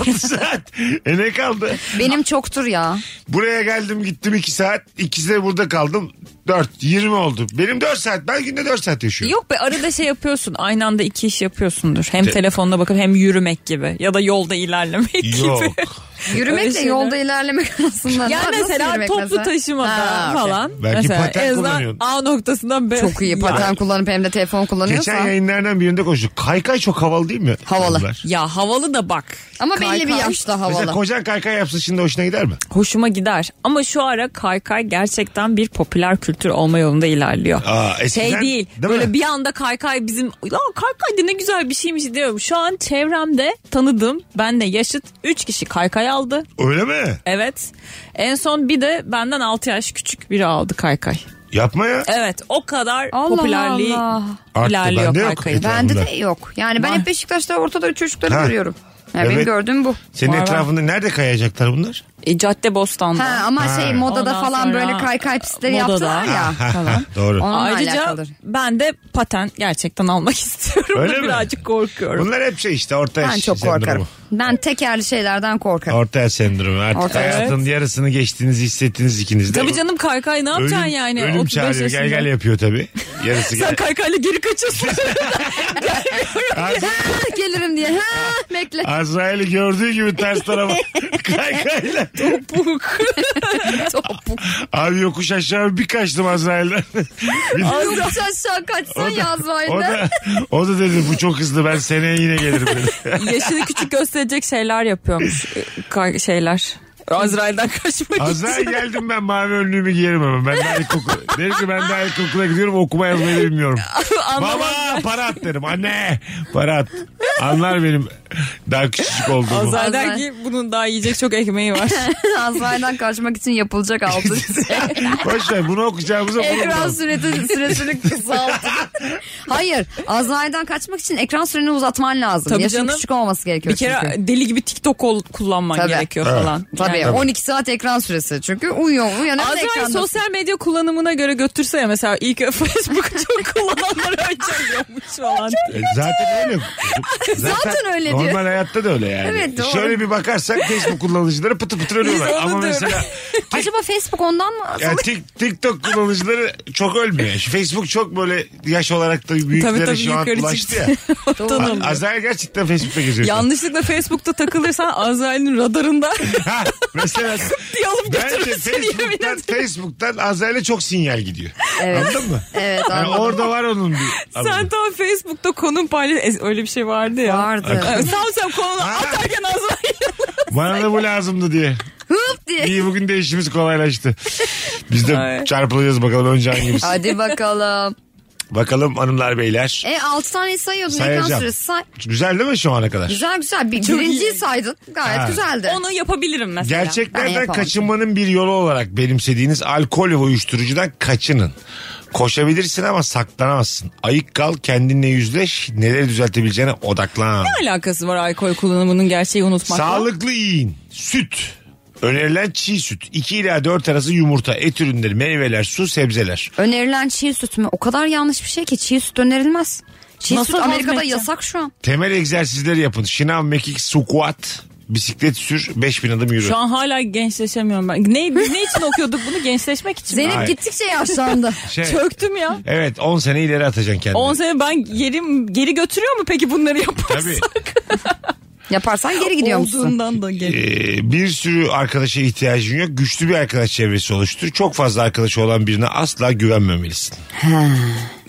16 saat. E ne kaldı? Benim çoktur ya. Buraya geldim gittim 2 saat. İkisi de burada kaldım. 4. 20 oldu. Benim 4 saat. Ben günde 4 saat yaşıyorum. Yok be arada şey yapıyorsun. Aynı anda iki iş yapıyorsundur. Hem telefonuna bakıp hem yürümek gibi. Ya da yolda ilerlemek gibi. Öyle Yürümekle şeyler. yolda ilerlemek arasında. Yani Nasıl mesela yürümek toplu mesela? taşımada Ha, okey. falan. Belki mesela paten en azından kullanıyorsun. A noktasından B. Çok iyi paten kullanıp hem de telefon kullanıyorsa. Geçen yayınlardan birinde konuştuk. Kaykay çok havalı değil mi? Havalı. Hanımlar? Ya havalı da bak. Ama belli bir Kaykay. yaşta Mesela havalı. kocan kaykay yapsa şimdi hoşuna gider mi? Hoşuma gider. Ama şu ara kaykay gerçekten bir popüler kültür olma yolunda ilerliyor. Aa, eskiden, şey değil. mi? böyle bir anda kaykay bizim ya kaykay da ne güzel bir şeymiş diyorum. Şu an çevremde tanıdığım benle yaşıt 3 kişi kaykay aldı. Öyle mi? Evet. En son bir de benden 6 yaş küçük biri aldı kaykay. Yapma ya. Evet o kadar Allah popülerliği Allah. Arttı, ilerliyor bende yok. kaykayın. Etrafında. Bende de yok. Yani ben Var. hep Beşiktaş'ta ortada çocukları Ha. görüyorum. Yani Benim Evet. gördüğüm bu. Senin Var, var. etrafında nerede kayacaklar bunlar? E, Cadde Bostan'da. Ha, ama Ha. şey modada Ondan falan sonra- böyle kaykay pistleri Modada. yaptılar ya. Tamam. Doğru. Onunla Ayrıca alakalıdır. ben de paten gerçekten almak istiyorum. Öyle mi? Birazcık korkuyorum. Bunlar hep şey işte orta Ben yaş çok sendromu. korkarım. Ben tekerli şeylerden korkarım. Orta yaş sendromu. Artık Orta yaş. hayatın yarısını geçtiğinizi hissettiniz ikiniz de. Tabii canım kaykay ne yapacaksın Ölüm- yani? Ölüm 35 çağırıyor. Gel yaşında. gel yapıyor tabii. Yarısı Sen gel. kaykayla geri kaçıyorsun. Az- Ha, gelirim diye. Ha, bekle. Azrail'i gördüğü gibi ters tarafa kaykayla. Buk. Topuk. Abi yokuş aşağı bir kaçtım Azrail'den. Bir- Yokuş aşağı kaçsan o yaz vayda. da, o da dedi bu çok hızlı ben seneye yine gelirim dedi. Yaşını küçük gösterecek şeyler yapıyormuş. e, Kay- şeyler. Azrail'den kaçmak Azrail için. geldim ben mavi önlüğümü giyerim hemen. Ben daha ilkokula. Derim ki ben daha ilkokula gidiyorum okuma yazmayı da bilmiyorum. Anlamaz. Baba para at derim. Anne para at. Anlar benim daha küçücük olduğumu. Azrail der Azrail. ki bunun daha yiyecek çok ekmeği var. Azrail'den kaçmak için yapılacak altı. Boş ver bunu okuyacağımıza bunu ekran bulalım. süresi, süresini kısaltın. Hayır. Azrail'den kaçmak için ekran süreni uzatman lazım. Tabii Yaşın canım. küçük olması gerekiyor bir kere çünkü. deli gibi TikTok ol- kullanman Tabii. gerekiyor Evet. falan. Tabii, Yani- 12 saat ekran süresi. Çünkü uyuyor uyanıyor. da Azrail ekranda. sosyal medya kullanımına göre götürse ya mesela ilk Facebook'u çok kullananları önce yiyormuş falan. E, Zaten öyle. Zaten öyle diyor. Normal hayatta da öyle yani. Evet, doğru. Şöyle bir bakarsak Facebook kullanıcıları pıtı pıtı ölüyorlar. Biz onu Ama diyoruz. mesela Acaba Facebook ondan mı? yani tik, TikTok kullanıcıları çok ölmüyor. Şu Facebook çok böyle yaş olarak da büyüklere tabii, şu an yukarı ulaştı ya. çıktı. Ortadan A- alıyor. Azrail gerçekten Facebook'ta geziyor. şu an. Yanlışlıkla Facebook'ta takılırsan Azrail'in radarında Ha, mesela diye alıp bence götürürsün yemin Facebook'tan, ederim. Facebook'tan Azrail'e çok sinyal gidiyor. Anladın mı? Evet Yani anladım. orada var onun bir. Sen anladım. tam Facebook'ta konum paylaş... E, Öyle bir şey vardı ya. Vardı. Evet, Sam Sam konunu Ha. atarken Azrail. Bana da bu lazımdı diye. Hıp diye. İyi bugün de işimiz kolaylaştı. Biz de Ay. çarpılacağız bakalım önce hangimiz. Hadi bakalım. bakalım hanımlar beyler. E 6 tane sayıyordun ekran Sayacağım. süresi. Say Güzel değil mi şu ana kadar? güzel güzel. Bir, Çok birinciyi iyi. saydın. Gayet Ha. güzeldi. Onu yapabilirim mesela. Hani Ben Gerçeklerden yapamam. kaçınmanın bir yolu olarak benimsediğiniz alkol ve uyuşturucudan kaçının. Koşabilirsin ama saklanamazsın. Ayık kal, kendinle yüzleş, neleri düzeltebileceğine odaklan. Ne alakası var alkol kullanımının gerçeği unutmakla? Sağlıklı yiyin. Süt. Önerilen çiğ süt. 2 ila 4 arası yumurta, et ürünleri, meyveler, su, sebzeler. Önerilen çiğ süt mü? O kadar yanlış bir şey ki çiğ süt önerilmez. Çiğ Nasıl süt Amerika'da hazmedeceğim? yasak şu an. Temel egzersizleri yapın. Şınav, mekik, squat, bisiklet sür, 5000 adım yürü. Şu an hala gençleşemiyorum ben. Ne, biz ne için okuyorduk bunu? Gençleşmek için mi? Zeynep Hayır. gittikçe yaşlandı. Şey- Çöktüm ya. Evet 10 sene ileri atacaksın kendini. 10 sene ben geri, geri götürüyor mu peki bunları Tabii. yaparsak? Yaparsan geri gidiyor musun? Olduğundan da geri. Ee, bir sürü arkadaşa ihtiyacın yok. Güçlü bir arkadaş çevresi oluştur. Çok fazla arkadaşı olan birine asla güvenmemelisin.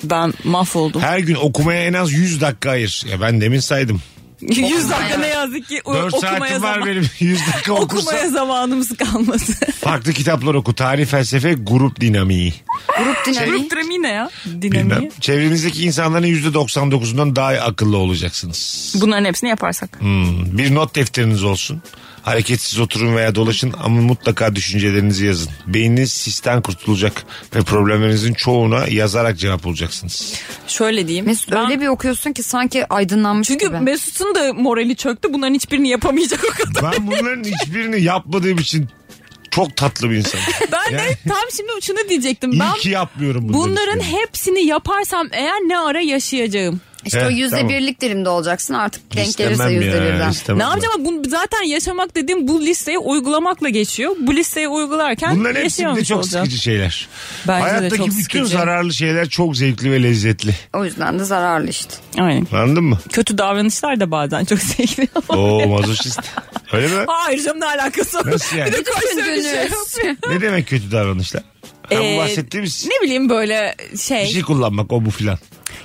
Ben mahvoldum. Her gün okumaya en az 100 dakika ayır. Ya ben demin saydım. 100 dakika ne yazık ki o- 4 okumaya saatim var zaman. benim. 100 dakika okursam Okumaya zamanımız kalmadı. farklı kitaplar oku. Tarih, felsefe, grup dinamiği. Grup dinamiği. Grup dinamiği ne ya? Bilmem. Dinamiği. Çevrenizdeki insanların %99'undan daha akıllı olacaksınız. Bunların hepsini yaparsak. Hmm. Bir not defteriniz olsun. Hareketsiz oturun veya dolaşın ama mutlaka düşüncelerinizi yazın. Beyniniz sisten kurtulacak ve problemlerinizin çoğuna yazarak cevap olacaksınız. Şöyle diyeyim. Mesut Ben- öyle bir okuyorsun ki sanki aydınlanmış Çünkü gibi. Mesut'un da morali çöktü. Bunların hiçbirini yapamayacak o kadar. Ben bunların hiçbirini yapmadığım için Çok tatlı bir insan. Ben de tam şimdi şunu diyecektim. İyi ben ki yapmıyorum bunları. bunların hepsini yaparsam eğer ne ara yaşayacağım. İşte Heh, o yüzde tamam. birlik dilimde olacaksın artık denk gelirse İstemem yüzde ya, birden. istemem ne ben. yapacağım ama bu zaten yaşamak dediğim bu listeyi uygulamakla geçiyor. Bu listeyi uygularken Bunların hepsi bir de yaşayamamış çok olacağım. sıkıcı şeyler. Bence de Hayattaki çok bütün sıkıcı. zararlı şeyler çok zevkli ve lezzetli. O yüzden de zararlı işte. Aynen. Anladın mı? Kötü davranışlar da bazen çok zevkli. Oo mazoşist. Öyle mi? Hayır canım ne alakası var? Nasıl yani? Bir de koşuyor bir şey Üzgünüz. yok. Ne demek kötü davranışlar? Ha, bu Ee, bahsettiğimiz Ne bileyim böyle bir şey. şey kullanmak o bu filan.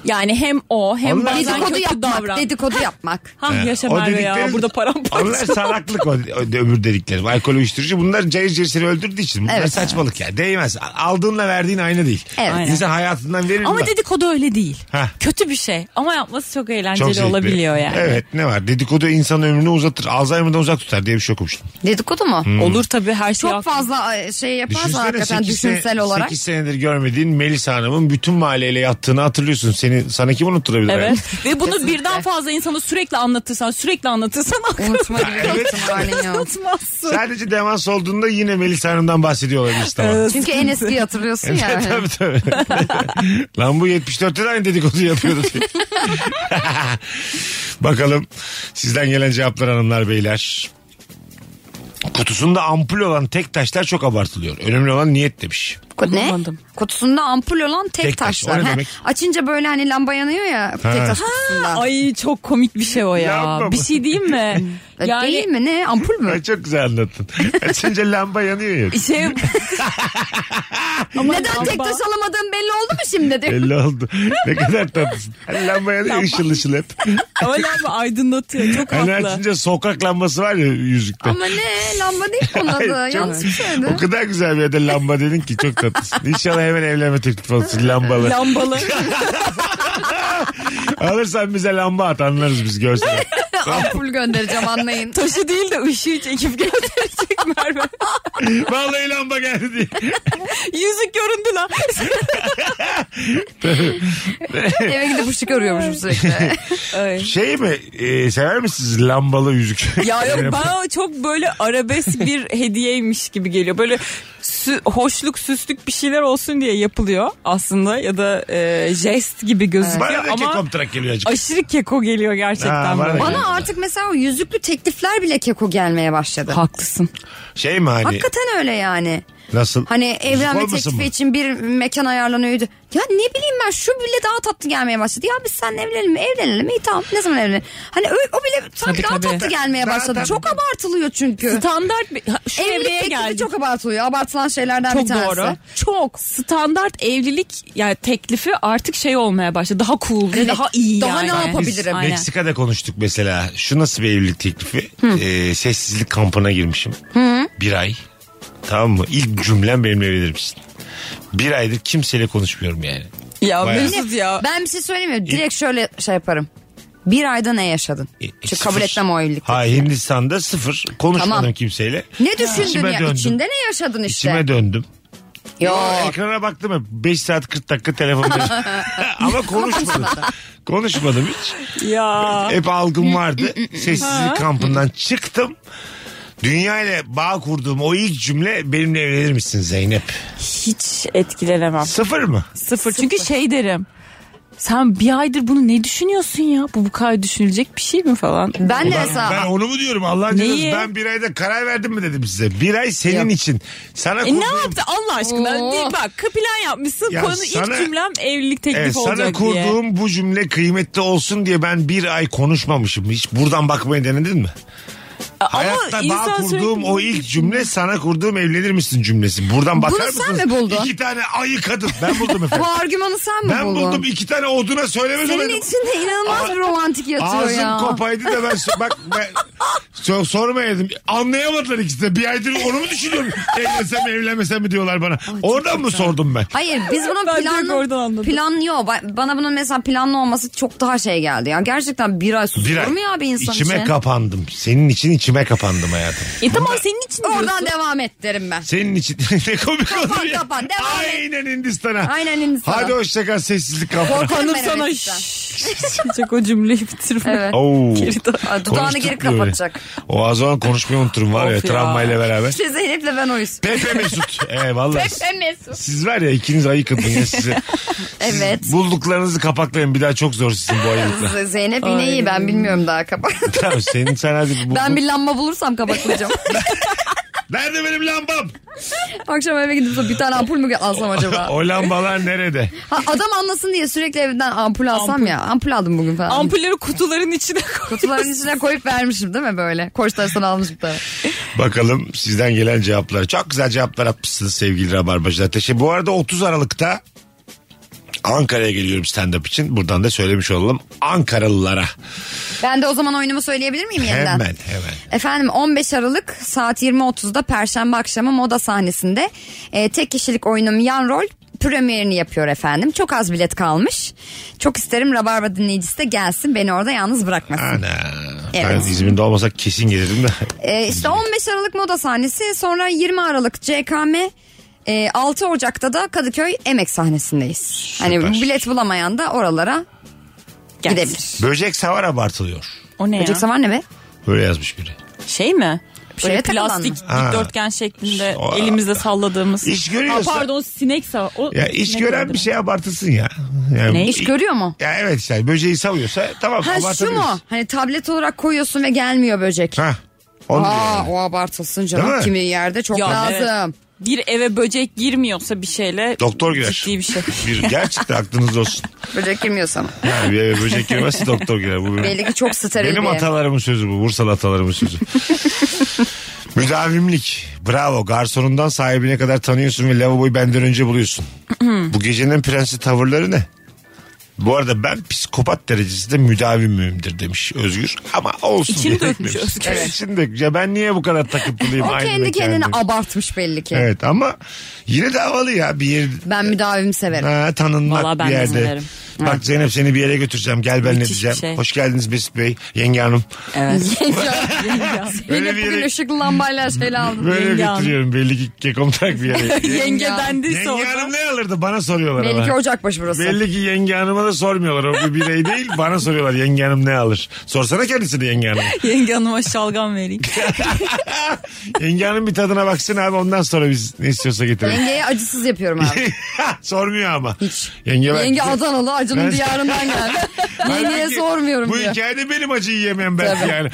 Yani hem o hem Allah- bazen Dedikodu kötü yapmak, davran. dedikodu yapmak. Ha Ee, Ah, yaşa o Merve ya dediklerin- burada paramparça. Onlar salaklık o, o- öbür dediklerim. Alkol uyuşturucu bunlar cayır cayır seni öldürdüğü için. Bunlar Evet. saçmalık ya. Değmez. Aldığınla verdiğin aynı değil. Evet. Aynen. İnsan hayatından verir mi? Ama dedikodu öyle değil. Heh. Kötü bir şey ama yapması çok eğlenceli Çok zevkli. olabiliyor yani. Evet ne var dedikodu insan ömrünü uzatır Alzheimer'dan uzak tutar diye bir şey okumuştum. Dedikodu mu? Olur tabii her şey. Çok fazla e, şey yaparsa hakikaten sekiz sene- düşünsel olarak. 8 senedir görmediğin Melisa Hanım'ın bütün mahalleyle yattığını hatırlıyorsun. Seni, sana kim unutturabilir? hayatım? Evet. Ve bunu birden fazla insana sürekli anlatırsan, sürekli anlatırsan Unutma gibi bir Evet. ihtimalin yok. anlatmazsın. Sadece demans olduğunda yine Melisa Hanım'dan bahsediyor olabiliriz tamam. Ee, Çünkü en eskiyi hatırlıyorsun ya. tabii tabii. Lan bu 74'te de aynı dedikodu yapıyordu. diye. Bakalım sizden gelen cevaplar hanımlar beyler. Kutusunda ampul olan tek taşlar çok abartılıyor. Önemli olan niyet demiş. Ku- Ne? Anlamadım. Kutusunda ampul olan tek, Tek taş, taşlar. o ne Ha, demek? Açınca böyle hani lamba yanıyor ya tek taş kutusunda. Ay çok komik bir şey o ya. Yapma. Bir şey diyeyim mi? E, Değil mi ne ampul mü? Ay, çok güzel anlattın. Açınca lamba yanıyor ya. Şey... Ama Neden tek taş alamadığım belli oldu mu şimdi? diyor. Belli oldu. Ne kadar tatlısın. Hani lamba yanıyor ışıl ışıl hep. Öyle abi aydınlatıyor. Çok Hani haklı. açınca sokak lambası var ya yüzükte. Ama ne lamba değil bunun adı. Ay, çok- Yanlış bir O şeydi. kadar güzel bir yerde lamba dedin ki çok tatlısın. İnşallah hemen evlenme teklifi olsun lambalı. Lambalı. Alırsan bize lamba at anlarız biz görsel. ampul göndereceğim anlayın. Taşı değil de ışığı çekip gösterecek Merve. Vallahi lamba geldi diye. Yüzük göründü lan. Eve gidip ışık arıyormuşum sürekli. Ay. Şey mi e, sever misiniz lambalı yüzük? Ya yok bana çok böyle arabesk bir hediyeymiş gibi geliyor. Böyle sü- hoşluk süslük bir şeyler olsun diye yapılıyor aslında ya da e, jest gibi Bana gözüküyor da ama kekomtrak geliyor acık. aşırı keko geliyor Ha, gerçekten. bana da böyle. geliyor. Bana artık mesela o yüzüklü teklifler bile keko gelmeye başladı. Haklısın. Şey mi hani Hakikaten öyle yani. nasıl? Hani Yüzük evlenme olmasın teklifi mı? için bir mekan ayarlanıyordu. Ya ne bileyim ben şu bile daha tatlı gelmeye başladı. Ya biz seninle evlenelim mi? Evlenelim mi? İyi tamam ne zaman evlenelim? Hani ö- o bile sanki Tabii, daha tabii. tatlı gelmeye Daha başladı. tatlı. Çok abartılıyor çünkü. Standart bir, ha, şu Evlilik evreye teklifi geldik. çok abartılıyor. Abartılan şeylerden Çok bir tanesi. doğru. Çok standart evlilik yani teklifi artık şey olmaya başladı. Daha cool ve Evet. daha iyi Daha yani. ne Biz yapabilirim? Aynen. Meksika'da konuştuk mesela. Şu nasıl bir evlilik teklifi? E, sessizlik kampına girmişim. Bir ay. Tamam mı? İlk cümlem benimle evlenir misin? Bir aydır kimseyle konuşmuyorum yani. Ya Bayağı. Mesut ya. Ben bir şey söyleyeyim mi? Direkt şöyle şey yaparım. Bir ayda ne yaşadın? E, e, Çünkü sıfır. kabul etmem o evlilikte. Ha Hindistan'da sıfır. Konuşmadım Tamam. kimseyle. Ne düşündün İçime ya? döndüm. İçinde ne yaşadın işte? İçime döndüm. Yok. Ekrana baktım hep 5 saat 40 dakika telefonda. Ama konuşmadım. konuşmadım hiç. Ya. Hep algım vardı. Sessizlik kampından çıktım. Dünya ile bağ kurduğum o ilk cümle benimle evlenir misin Zeynep? Hiç etkilenemem. Sıfır mı? Sıfır. Çünkü şey derim. Sen bir aydır bunu ne düşünüyorsun ya? Bu bu kadar düşünülecek bir şey mi falan? Ben de Ben, mesela ben onu mu diyorum Allah'ın Neyi? cezası ben bir ayda karar verdim mi dedim size. Bir ay senin Yok. için. Sana E kurduğum, ne yaptı Allah aşkına? Oo. Değil bak plan yapmışsın. Ya Konu sana- ilk cümlem evlilik teklifi Evet, sana olacak diye. kurduğum bu cümle kıymetli olsun diye ben bir ay konuşmamışım. Hiç buradan bakmayı denedin mi? Hayatta bağ insan kurduğum sürekli- o ilk cümle sana kurduğum evlenir misin cümlesi. Buradan bakar sen mısınız? mi buldun? İki tane ayı kadın. Ben buldum efendim. bu argümanı sen mi ben buldun? buldum iki tane oduna söylemez Senin olaydım. içinde inanılmaz bir romantik yatıyor Ağzım ya. kopaydı da ben so- bak ben so- sormayaydım. Anlayamadılar ikisi de. Bir aydır onu mu düşünüyorum? Evlensem evlenmesem mi diyorlar bana. Oradan mı sordum ben? Hayır biz bunun Ben direkt oradan planlı anladım. planlı yok. Ba- Bana bunun mesela planlı olması çok daha şey geldi ya. Gerçekten bir ay Bir susturur ay. mu ya bir insan içime için? kapandım. Senin için içime Kime kapandım hayatım? E tamam senin için Oradan diyorsun. devam et derim ben. Senin için ne komik Kapan, olur ya. kapan, devam et. Aynen Hindistan'a. Aynen Hindistan'a. Hadi hoşçakal sessizlik kafana. Hanım Hemen sana evet şşş diyecek o cümleyi bitirme. Evet. Oo. Geri dön. Aa, Dudağını geri Konuştuk böyle. kapatacak. O az olan konuşmayı unuturum var ya Of ya. travmayla beraber. İşte Zeynep'le ben oyuz. Pepe Mesut. Ee, vallahi siz- Mesut. siz var ya ikiniz ayık yapın ya size. Siz Evet. bulduklarınızı kapaklayın bir daha çok zor sizin bu ayıkla. Zeynep yine iyi ben bilmiyorum daha kapak. tamam senin sen hadi bu, ben bu- bir lamba bulursam kapatmayacağım. Nerede benim lambam? Akşam eve gidip bir tane ampul mü alsam acaba? o lambalar nerede? Ha, adam anlasın diye sürekli evden ampul alsam ya. Ampul aldım bugün falan. Ampulleri kutuların içine koy. Kutuların içine koyup vermişim değil mi böyle? Koçtaş'tan almışım da. Bakalım sizden gelen cevaplar. Çok güzel cevaplar atmışsınız sevgili Rabarbacılar. Teşekkür. Bu arada 30 Aralık'ta Ankara'ya geliyorum stand-up için. Buradan da söylemiş olalım Ankaralılara. Ben de o zaman oyunumu söyleyebilir miyim yeniden? Hemen hemen. Efendim 15 Aralık saat 20.30'da Perşembe akşamı moda sahnesinde e, tek kişilik oyunum Yan Rol premierini yapıyor efendim. Çok az bilet kalmış. Çok isterim Rabarba dinleyicisi de gelsin beni orada yalnız bırakmasın. Ana. Evet. Ben İzmir'de olmasak kesin gelirdim de. E, işte 15 Aralık moda sahnesi sonra 20 Aralık CKM e, 6 Ocak'ta da Kadıköy Emek sahnesindeyiz. Hani bilet bulamayan da oralara gidebilir. Böcek savar abartılıyor. O ne Böcek ya? savar ne be? Böyle yazmış biri. Şey mi? Buraya Böyle takılan plastik mı? Ha. dikdörtgen şeklinde O- elimizde salladığımız. İş görüyorsa- Ha, pardon sinek savar. O Ya iş sinek gören vardı. bir şey abartılsın ya. Yani Ne? bu- İş görüyor mu? Ya evet işte böceği savuyorsa tamam Ha şu mu? abartabiliriz. Hani tablet olarak koyuyorsun ve gelmiyor böcek. Ha. Onu diyorum. Aa, Ah, o abartılsın Değil canım. mi? Kimi yerde çok Ya, lazım. Bir eve böcek girmiyorsa bir şeyle Doktor girer. ciddi bir şey. Bir, gerçekten aklınız olsun. Böcek girmiyorsa mı? Yani bir eve böcek girmezse doktor girer. Bu benim. Belli ki çok steril Benim bir ev. atalarımın sözü bu. Bursalı atalarımın sözü. Müdavimlik. Bravo. Garsonundan sahibine kadar tanıyorsun ve lavaboyu benden önce buluyorsun. bu gecenin prensi tavırları ne? Bu arada ben psikopat derecesinde müdavim müyimdir demiş Özgür. Ama olsun İçini diye dökmüş eklemiş. Özgür. Evet, İçini dökmüş. Ya ben niye bu kadar takıntılıyım? O aynı kendi kendini kendime? abartmış belli ki. Evet ama yine de havalı ya bir yer Ben müdavimi severim. Ha, tanınmak Vallahi ben bir de yerde. severim. Bak Zeynep seni bir yere götüreceğim. Gel benimle Müthiş bir diyeceğim. şey. Hoş geldiniz Mesut Bey. Yenge hanım. Öyle Yine bir bugün yere- ışıklı lambayla şeyle aldım. Böyle Yenge hanım. götürüyorum belli ki kekom tak bir yere. Yenge dendiyse yenge orada. hanım ne alırdı bana soruyorlar Belli ama. ki ocakbaşı burası. Belli ki yenge hanıma da sormuyorlar. O bir birey değil bana soruyorlar yenge hanım ne alır. Sorsana kendisini yenge hanım. Yenge hanıma şalgam vereyim. yenge hanım bir tadına baksın abi ondan sonra biz ne istiyorsa getirelim. Yengeye acısız yapıyorum abi. Sormuyor ama. Hiç. Yenge, ben- Yenge Adanalı acının Ben- diyarından geldi. Yengeye Halbuki sormuyorum Bu diyor. hikayede benim acıyı yemem belki Tabii. yani.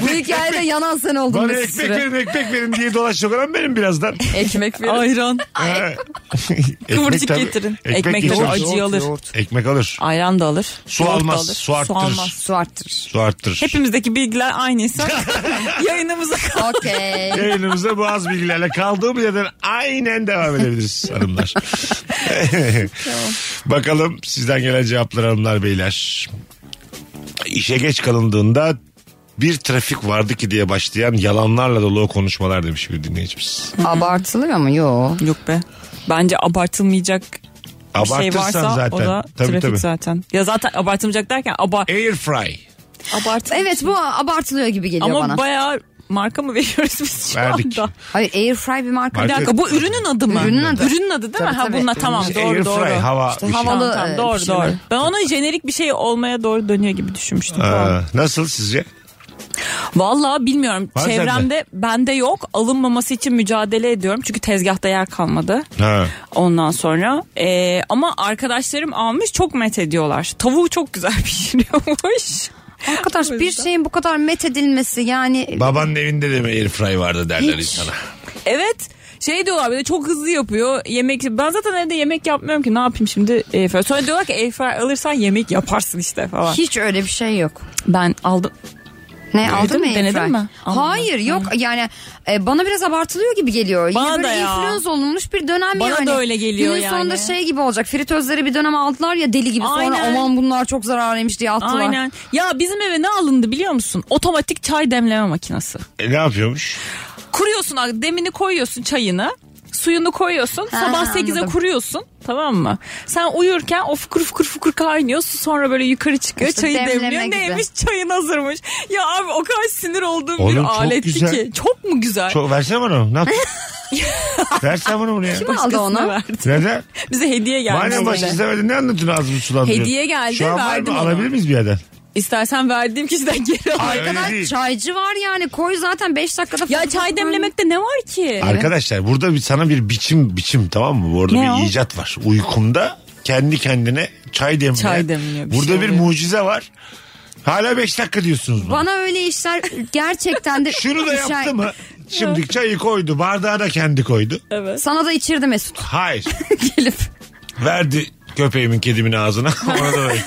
Bu hikayede yanan sen oldun Bana bir ekmek sürü. verin ekmek verin diye dolaşacak olan benim birazdan. Ekmek verin. Ayran. Ha. Kıvırcık tabii. getirin. Ekmek, Ekmek getirin. de acıyı alır. Ekmek alır. Ayran da alır. Su yoğurt da almaz, alır. su arttırır. almaz. Su arttırır. Su arttırır. Hepimizdeki bilgiler aynıysa yayınımıza kal. Okey. Yayınımıza bu az bilgilerle kaldığım yerden aynen devam edebiliriz hanımlar. Bakalım sizden gelen cevaplar hanımlar beyler. İşe geç kalındığında bir trafik vardı ki diye başlayan yalanlarla dolu o konuşmalar demiş bir dinleyicimiz. Abartılıyor mu? Yok. Yok be. Bence abartılmayacak bir şey Abartırsan varsa zaten. o da Tabii, trafik tabii. zaten. Ya zaten abartılmayacak derken abar Air fry. abart Evet bu abartılıyor gibi geliyor Ama bana. bayağı marka mı veriyoruz biz şu Verdik. anda? Hayır Airfry bir marka. Bir Marka- dakika bu ürünün adı mı? Ürünün adı. Ürünün adı değil Tabii, mi? Ha tabii. bunlar tamam İşte doğru air doğru. fry, hava bir şey. Tamam, havalı, tamam, e, doğru pişirme. doğru. Ben onu jenerik bir şey olmaya doğru dönüyor gibi düşünmüştüm. Aa, nasıl sizce? Vallahi bilmiyorum. Var Çevremde bende yok. Alınmaması için mücadele ediyorum. Çünkü tezgahta yer kalmadı. Ha. Ondan sonra e, ama arkadaşlarım almış çok met ediyorlar. Tavuğu çok güzel pişiriyormuş. Arkadaş bir şeyin bu kadar met edilmesi yani Babanın evinde de mi air fry vardı derler insana. Evet. Şey diyorlar bir de çok hızlı yapıyor. Yemek ben zaten evde yemek yapmıyorum ki ne yapayım şimdi airfryer. Sonra diyorlar ki airfryer alırsan yemek yaparsın işte falan. hiç öyle bir şey yok. Ben aldım. Ne aldın mı mi? Denedin Airfry? mi? Almadım. Hayır yok yani e, bana biraz abartılıyor gibi geliyor. Bana Yine da böyle ya. influence olunmuş bir dönem Bana yani. da öyle geliyor Günün sonunda yani. şey gibi olacak fritözleri bir dönem aldılar ya deli gibi sonra Aynen. aman bunlar çok zararlıymış diye attılar. Aynen. Ya bizim eve ne alındı biliyor musun? Otomatik çay demleme makinesi. E, ne yapıyormuş? Kuruyorsun demini koyuyorsun çayını. Suyunu koyuyorsun. Ha, sabah 8'e anladım. kuruyorsun. Tamam mı? Sen uyurken o fıkır fıkır fıkır kaynıyor. Su sonra böyle yukarı çıkıyor. İşte çayı demleme demliyor. gibi. Neymiş? Çayın hazırmış. Ya abi o kadar sinir olduğum bir Oğlum çok aletti güzel. ki. Çok mu güzel? Çok versene bana onu. Ne yap? versene bana onu ya. Kim aldı Başkasına onu? verdi. Neden? Bize hediye geldi. Madem baş böyle. istemedin ne anlatıyorsun ağzımı sulandırıyorsun? Hediye geldi, Şu an var verdim mı? onu. Alabilir miyiz bir yerden? İstersen verdiğim kişiden geri al. Ay, öyle Kadar değil. çaycı var yani koy zaten 5 dakikada. Ya fırına çay koy. demlemekte ne var ki? Arkadaşlar burada bir, sana bir biçim biçim tamam mı? Orada Ne bir o? icat var. Uykumda kendi kendine çay demliyor. Çay demliyor, bir Burada şey bir oluyor. mucize var. Hala 5 dakika diyorsunuz bana. Bana öyle işler gerçekten de. Şey, Şunu da İşler- şey- yaptı mı? Şimdi çayı koydu. Bardağı da kendi koydu. Sana da içirdi Mesut Hayır. gelip. Verdi köpeğimin kedimin ağzına. Ona da verdi.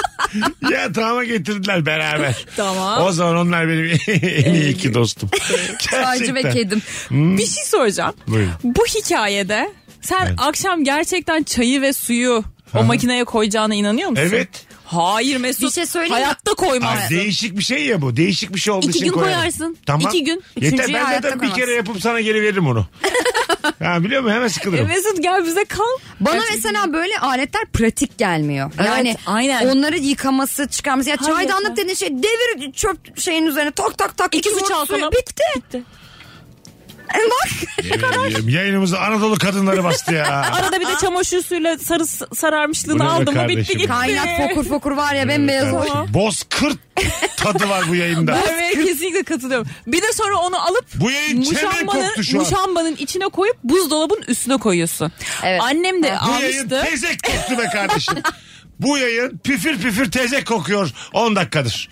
ya tamam getirdiler beraber. Tamam. O zaman onlar benim en iyi iki dostum. Çaycı ve Gerçekten. kedim. Bir şey soracağım. Buyurun. Bu hikayede sen akşam gerçekten çayı ve suyu o makineye koyacağına inanıyor musun? Evet. Hayır Mesut. Bir şey söyleyeyim mi? Hayatta koymaz. Ay, değişik bir şey ya bu. Değişik bir şey olduğu İki için gün koyarım. koyarsın. Tamam. İki gün. Yeter Üçüncüyü ben hayatta zaten bir kere koyamazsın. yapıp sana geri veririm onu. ha, biliyor musun? Hemen E, sıkılırım. Mesut gel bize kal. Bana mesela böyle aletler pratik gelmiyor. Evet, yani aynen. onları yıkaması, çıkarması. Ya Hayır, çaydanlık evet. dediğin şey devir çöp şeyin üzerine tak tak tak. İki su vurdu çalkala. suyu, Bitti. Bitti. E bak. Yemin ediyorum, Yayınımızı Anadolu kadınları bastı ya. Arada bir de çamaşır suyuyla sarı Bu ne sararmışlığını be aldım mı bitti kardeşim? gitti. Kaynat fokur fokur var ya bembeyaz o. Kardeşim, Bozkırt tadı var bu yayında. Evet kesinlikle katılıyorum. Bir de sonra onu alıp Bu yayın çemen koktu şu an. muşambanın içine koyup buzdolabının üstüne koyuyorsun. Evet. Annem de bu yayın almıştı. tezek koktu be kardeşim. bu yayın püfür püfür tezek kokuyor 10 dakikadır.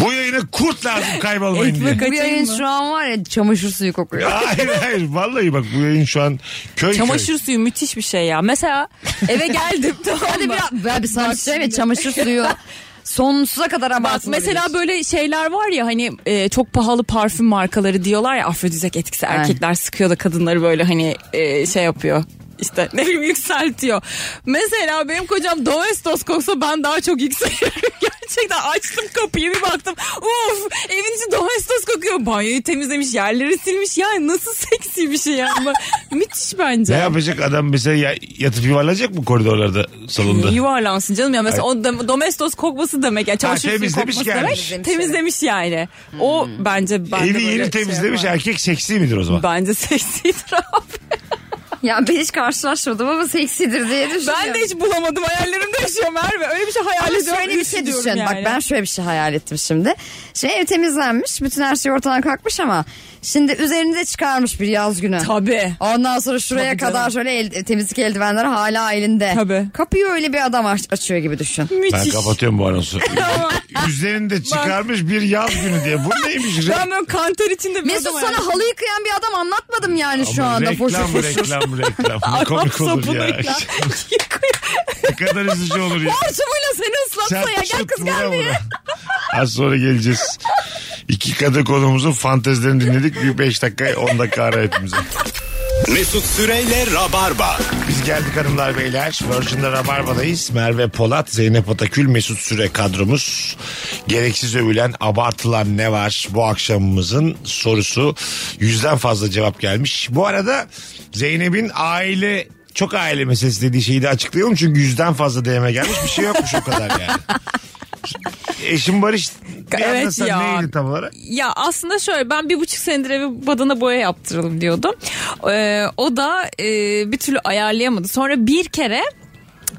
bu yayını kurt lazım kaybolmayın diye. Ekmek Bu açayım yayın mı? şu an var ya çamaşır suyu kokuyor. Hayır hayır vallahi bak bu yayın şu an köy köy. Çamaşır suyu müthiş bir şey ya. Mesela eve geldim tamam mı? Hadi biraz ben bir sana bir şey evet çamaşır suyu sonsuza kadar Bak abartılabilir. mesela böyle şeyler var ya hani e, çok pahalı parfüm markaları diyorlar ya afrodizyak etkisi erkekler sıkıyor da kadınları böyle hani e, şey yapıyor. İşte ne bileyim yükseltiyor. Mesela benim kocam Domestos koksa ben daha çok yükseliyorum. Gerçekten açtım kapıyı bir baktım. Uf evin içi Domestos kokuyor. Banyoyu temizlemiş yerleri silmiş. Yani nasıl seksi bir şey ya. ama Müthiş bence. Ne yapacak adam mesela ya- yatıp yuvarlanacak mı koridorlarda salonda? Yuvarlansın canım ya. Mesela o da- domestos kokması demek ya. Çamaşır suyu temizlemiş kokması gelmiş. demek. Temizlemiş yani. O bence ben de Evi böyle yeni şey temizlemiş yaparım. erkek seksi midir o zaman? Bence seksidir abi. Ya ben hiç karşılaşmadım ama seksidir diye düşünüyorum. Ben de hiç bulamadım. Hayallerimde yaşıyor Merve. Öyle bir şey hayal Ama ediyorum. şöyle bir şey üşüyorum düşün. yani. Bak ben şöyle bir şey hayal ettim şimdi. Şimdi ev temizlenmiş. Bütün her şey ortadan kalkmış ama şimdi üzerinde çıkarmış bir yaz günü. Tabii. Ondan sonra şuraya Tabii canım. kadar şöyle el- temizlik eldivenleri hala elinde. Tabii. Kapıyı öyle bir adam aç- açıyor gibi düşün. Ben Müthiş. kapatıyorum bu anonsu. Üzerinde çıkarmış bir yaz günü diye. Bu neymiş? Ben böyle kantar içinde bir Mesut adam sana hayal- halı yıkayan bir adam anlatmadım yani şu Ama anda. reklam, Foşur reklam foşur. reklam reklam Ne komik olur sapını ya. ekler. ne kadar üzücü olur ya. Parçamıyla seni ıslatsa ya. Gel Çarpışıp kız vura gel diye. vura. Az sonra geleceğiz. İki kadı konumuzun fantezilerini dinledik. Bir beş dakika on dakika ara hepimize. Mesut Süreyle Rabarba. Biz geldik hanımlar beyler. Virgin'de Rabarba'dayız. Merve Polat, Zeynep Atakül, Mesut Süre kadromuz. Gereksiz övülen, abartılan ne var? Bu akşamımızın sorusu. Yüzden fazla cevap gelmiş. Bu arada Zeynep'in aile çok aile meselesi dediği şeyi de açıklayalım. Çünkü yüzden fazla DM gelmiş. Bir şey yokmuş o kadar yani. Eşim Barış ne Evet anlatsan ya. neydi tam olarak? Ya aslında şöyle ben bir buçuk senedir evi badana boya yaptıralım diyordum. Ee, o da e, bir türlü ayarlayamadı. Sonra bir kere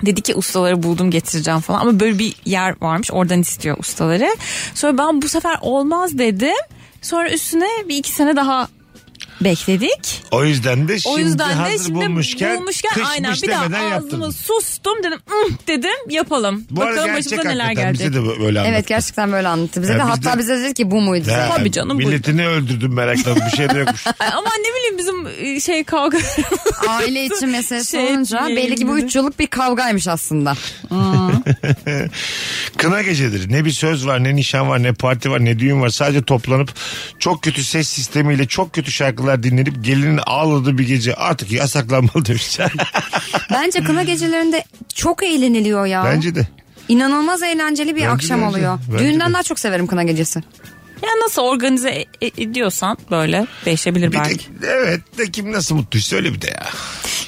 dedi ki ustaları buldum getireceğim falan. Ama böyle bir yer varmış oradan istiyor ustaları. Sonra ben bu sefer olmaz dedim. Sonra üstüne bir iki sene daha bekledik. O yüzden de şimdi O yüzden de hazır şimdi bulmuşken, bulmuşken, kışmış aynen bir daha demeden ağzımı yaptın. sustum dedim "Üh!" dedim yapalım. Bu arada Bakalım gerçek başımıza neler hakikaten gelecek. bize de böyle anlattı. Evet gerçekten böyle anlattı bize Ya de. biz Hatta de- bize dedi ki bu muydu? Ha, Tabii canım, buyur. Milletini öldürdüm meraktan bir şey de yokmuş. Ay, Ama ne bileyim bizim e, şey kavga Aile içi meselesi Şey olunca belli ki bu etmeyelim üç yıllık bir kavgaymış aslında. Kına gecedir. Ne bir söz var ne nişan var ne parti var ne düğün var. Sadece toplanıp çok kötü ses sistemiyle çok kötü şarkılar dinlenip gelinin ağladığı bir gece artık yasaklanmalı demişler. Bence kına gecelerinde çok eğleniliyor ya. Bence de. İnanılmaz eğlenceli bir Bence akşam de, bence de. oluyor. Bence Düğünden de. daha çok severim kına gecesi. Ya nasıl organize e- e- ediyorsan böyle değişebilir Bir belki. tek, evet de kim nasıl mutluysa öyle bir de ya.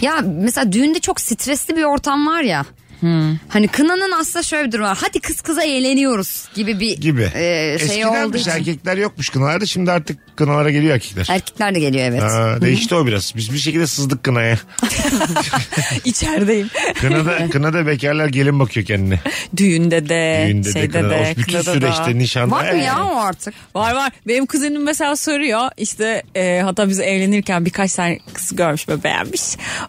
Ya mesela düğünde çok stresli bir ortam var ya. Hmm. Hani kınanın aslında şöyle bir durum var. Hadi kız kıza eğleniyoruz gibi bir Gibi. e, şey olduğu Eskidenmiş için. erkekler yokmuş kınalarda şimdi artık kınalara geliyor erkekler. Erkekler de geliyor evet. Aa, değişti o biraz. Biz bir şekilde sızdık kınaya. İçerideyim. Kınada, kınada bekarlar gelin bakıyor kendine. Düğünde de, Düğünde de, şeyde de, kınada. O bütün kınada süreçte Ee, da. nişanda. Var mı her- ya o artık? Var var. Benim kuzenim mesela soruyor işte e, hatta biz evlenirken birkaç tane kız görmüş ve beğenmiş.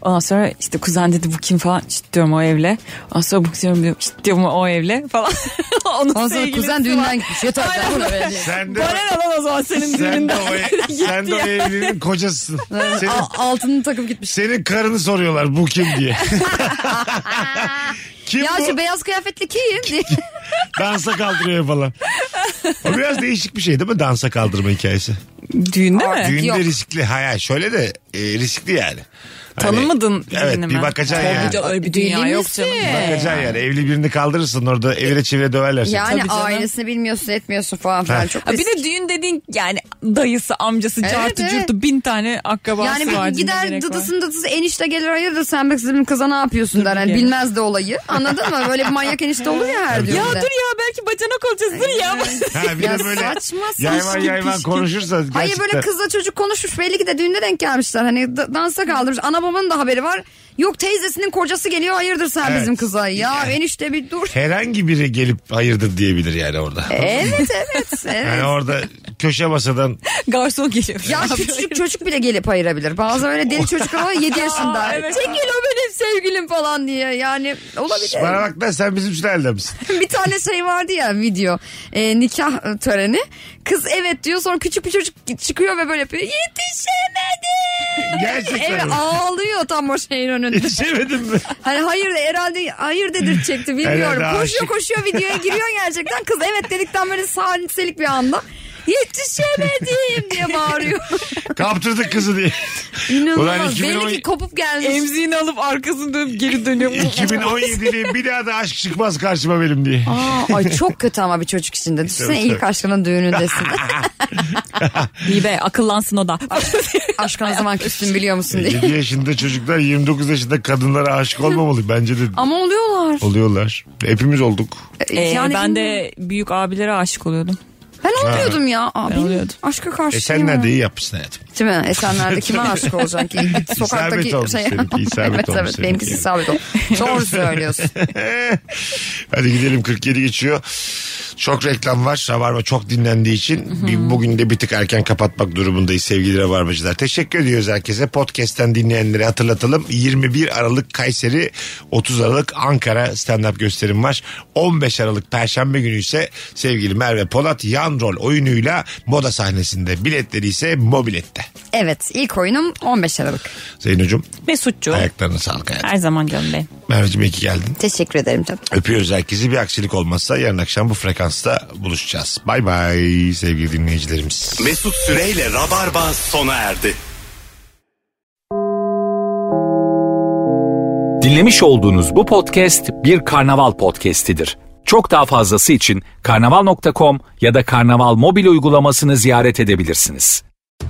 Ondan sonra işte kuzen dedi bu kim falan çıt diyorum o evle. Ondan sonra bu diyorum diyorum, çıt diyorum o evle falan. Onun Ondan sonra sevgilisi kuzen var. düğünden gitmiş. Yeter. Aynen. Sen de, Bana ne lan o zaman senin sen de, düğününden. o, ev- sen de o evliliğin kocasısın. Senin, Al- Altını takıp gitmiş. senin karını soruyorlar bu kim diye. kim Ya bu? şu beyaz kıyafetli kim? diye. Dansa kaldırıyor falan. O biraz değişik bir şey değil mi dansa kaldırma hikayesi? Düğünde mi? Düğünde yok. riskli. Ha ya şöyle de e, riskli yani. Hani- Tanımadın Evet birini bir mi? bakacaksın yani. Tabii öyle bir dünya Deli yok misin? canım. Bakacaksın yani. Evli birini kaldırırsın orada evire çevire döverler seni. Yani Tabii canım. ailesini bilmiyorsun etmiyorsun falan filan. Ha. Çok Ha, bir riskli. de düğün dediğin yani dayısı, amcası, Evet, cartı, evet. curtu bin tane akrabası Yani bir var. ne gider gerek var? dıdısın dıdısı enişte gelir hayırdır sen be kızım kıza ne yapıyorsun der. Yani ki. bilmez de olayı anladın mı? Böyle bir manyak enişte olur ya her düğünde. Ya dur ya belki bacanak olacağız dur ya. Ha, bir Ya de böyle saçma yayvan saçma. şey. yayvan konuşursa gerçekten. Hayır böyle kızla çocuk konuşmuş belli ki de düğünde denk gelmişler. Hani da- dansa kaldırmış. Ana babanın da haberi var. Yok teyzesinin kocası geliyor hayırdır sen Evet. bizim kıza. Ya enişte bir dur. Herhangi biri gelip hayırdır diyebilir yani orada. Evet evet. evet. Yani orada köşe masadan Garson geliyor. Ya küçük çocuk bile gelip ayırabilir. Bazı öyle deli çocuklar var 7 yaşında. evet. Çekil o benim sevgilim falan diye. Yani olabilir. bana bak lan sen bizim sülaleden misin? bir tane şey vardı ya video e, nikah töreni kız evet diyor sonra küçük bir çocuk çıkıyor ve böyle yapıyor yetişemedim Gerçekten evet mi? ağlıyor tam o şeyin önünde Yetişemedin mi? hani hayır herhalde hayır dedirtecekti bilmiyorum Herhalde koşuyor aşık. koşuyor videoya giriyor gerçekten kız evet dedikten böyle saniyelik bir anda yetişemedim diye bağırıyor Kaptırdık kızı diye. Ulan İnanılmaz 2010 belli ki kopup gelmiş Emziğini alıp arkasını dönüp geri dönüyor. 2017'li bir daha da aşk çıkmaz karşıma benim diye. Aa, ay çok kötü ama bir çocuk için de. Düşünsene Tabii, ilk aşkının düğünündesin. İyi be akıllansın o da. Aşkına zaman küstün biliyor musun diye. 7 yaşında çocuklar 29 yaşında kadınlara aşık olmamalı. Bence de Ama oluyorlar. oluyorlar. Hepimiz olduk. Ee, ben bilmiyorum. de büyük abilere aşık oluyordum. ben olmuyordum ya. Aa, benim oluyordum. Aşka karşı. E sen nerede iyi yapmışsın hayatım. Değil mi? Esenler'de kime aşık olacaksın ki? Git Sokaktaki İsabet olmuş şey. seninki, isabet evet olmuş evet seninki. benimkisi isabet olmuş. Doğru söylüyorsun. Hadi gidelim 47 geçiyor. Çok reklam var. Rabarba çok dinlendiği için bir, bugün de bir tık erken kapatmak durumundayız sevgili Rabarbacılar. Teşekkür ediyoruz herkese. Podcast'ten dinleyenlere hatırlatalım. 21 Aralık Kayseri, 30 Aralık Ankara stand-up gösterim var. 15 Aralık Perşembe günü ise sevgili Merve Polat yan rol oyunuyla moda sahnesinde. Biletleri ise mobilette. Evet ilk oyunum 15 Aralık. Zeynocuğum Mesutçu. ayaklarına sağlık hayatım. Her zaman canım benim. Merveciğim iyi ki geldin. Teşekkür ederim canım. Öpüyoruz herkesi. Bir aksilik olmazsa yarın akşam bu frekansta buluşacağız. Bay bay sevgili dinleyicilerimiz. Mesut Süreyle Rabarba sona erdi. Dinlemiş olduğunuz bu podcast bir karnaval podcastidir. Çok daha fazlası için karnaval.com ya da karnaval mobil uygulamasını ziyaret edebilirsiniz.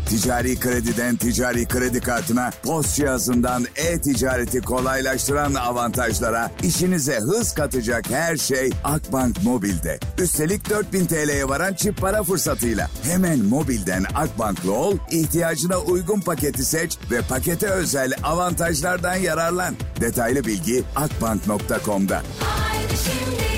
Ticari krediden ticari kredi kartına, POS cihazından e-ticareti kolaylaştıran avantajlara, işinize hız katacak her şey Akbank Mobil'de. Üstelik 4000 TL'ye varan çip para fırsatıyla. Hemen mobilden Akbank'lı ol, ihtiyacına uygun paketi seç ve pakete özel avantajlardan yararlan. Detaylı bilgi akbank.com'da. Haydi şimdi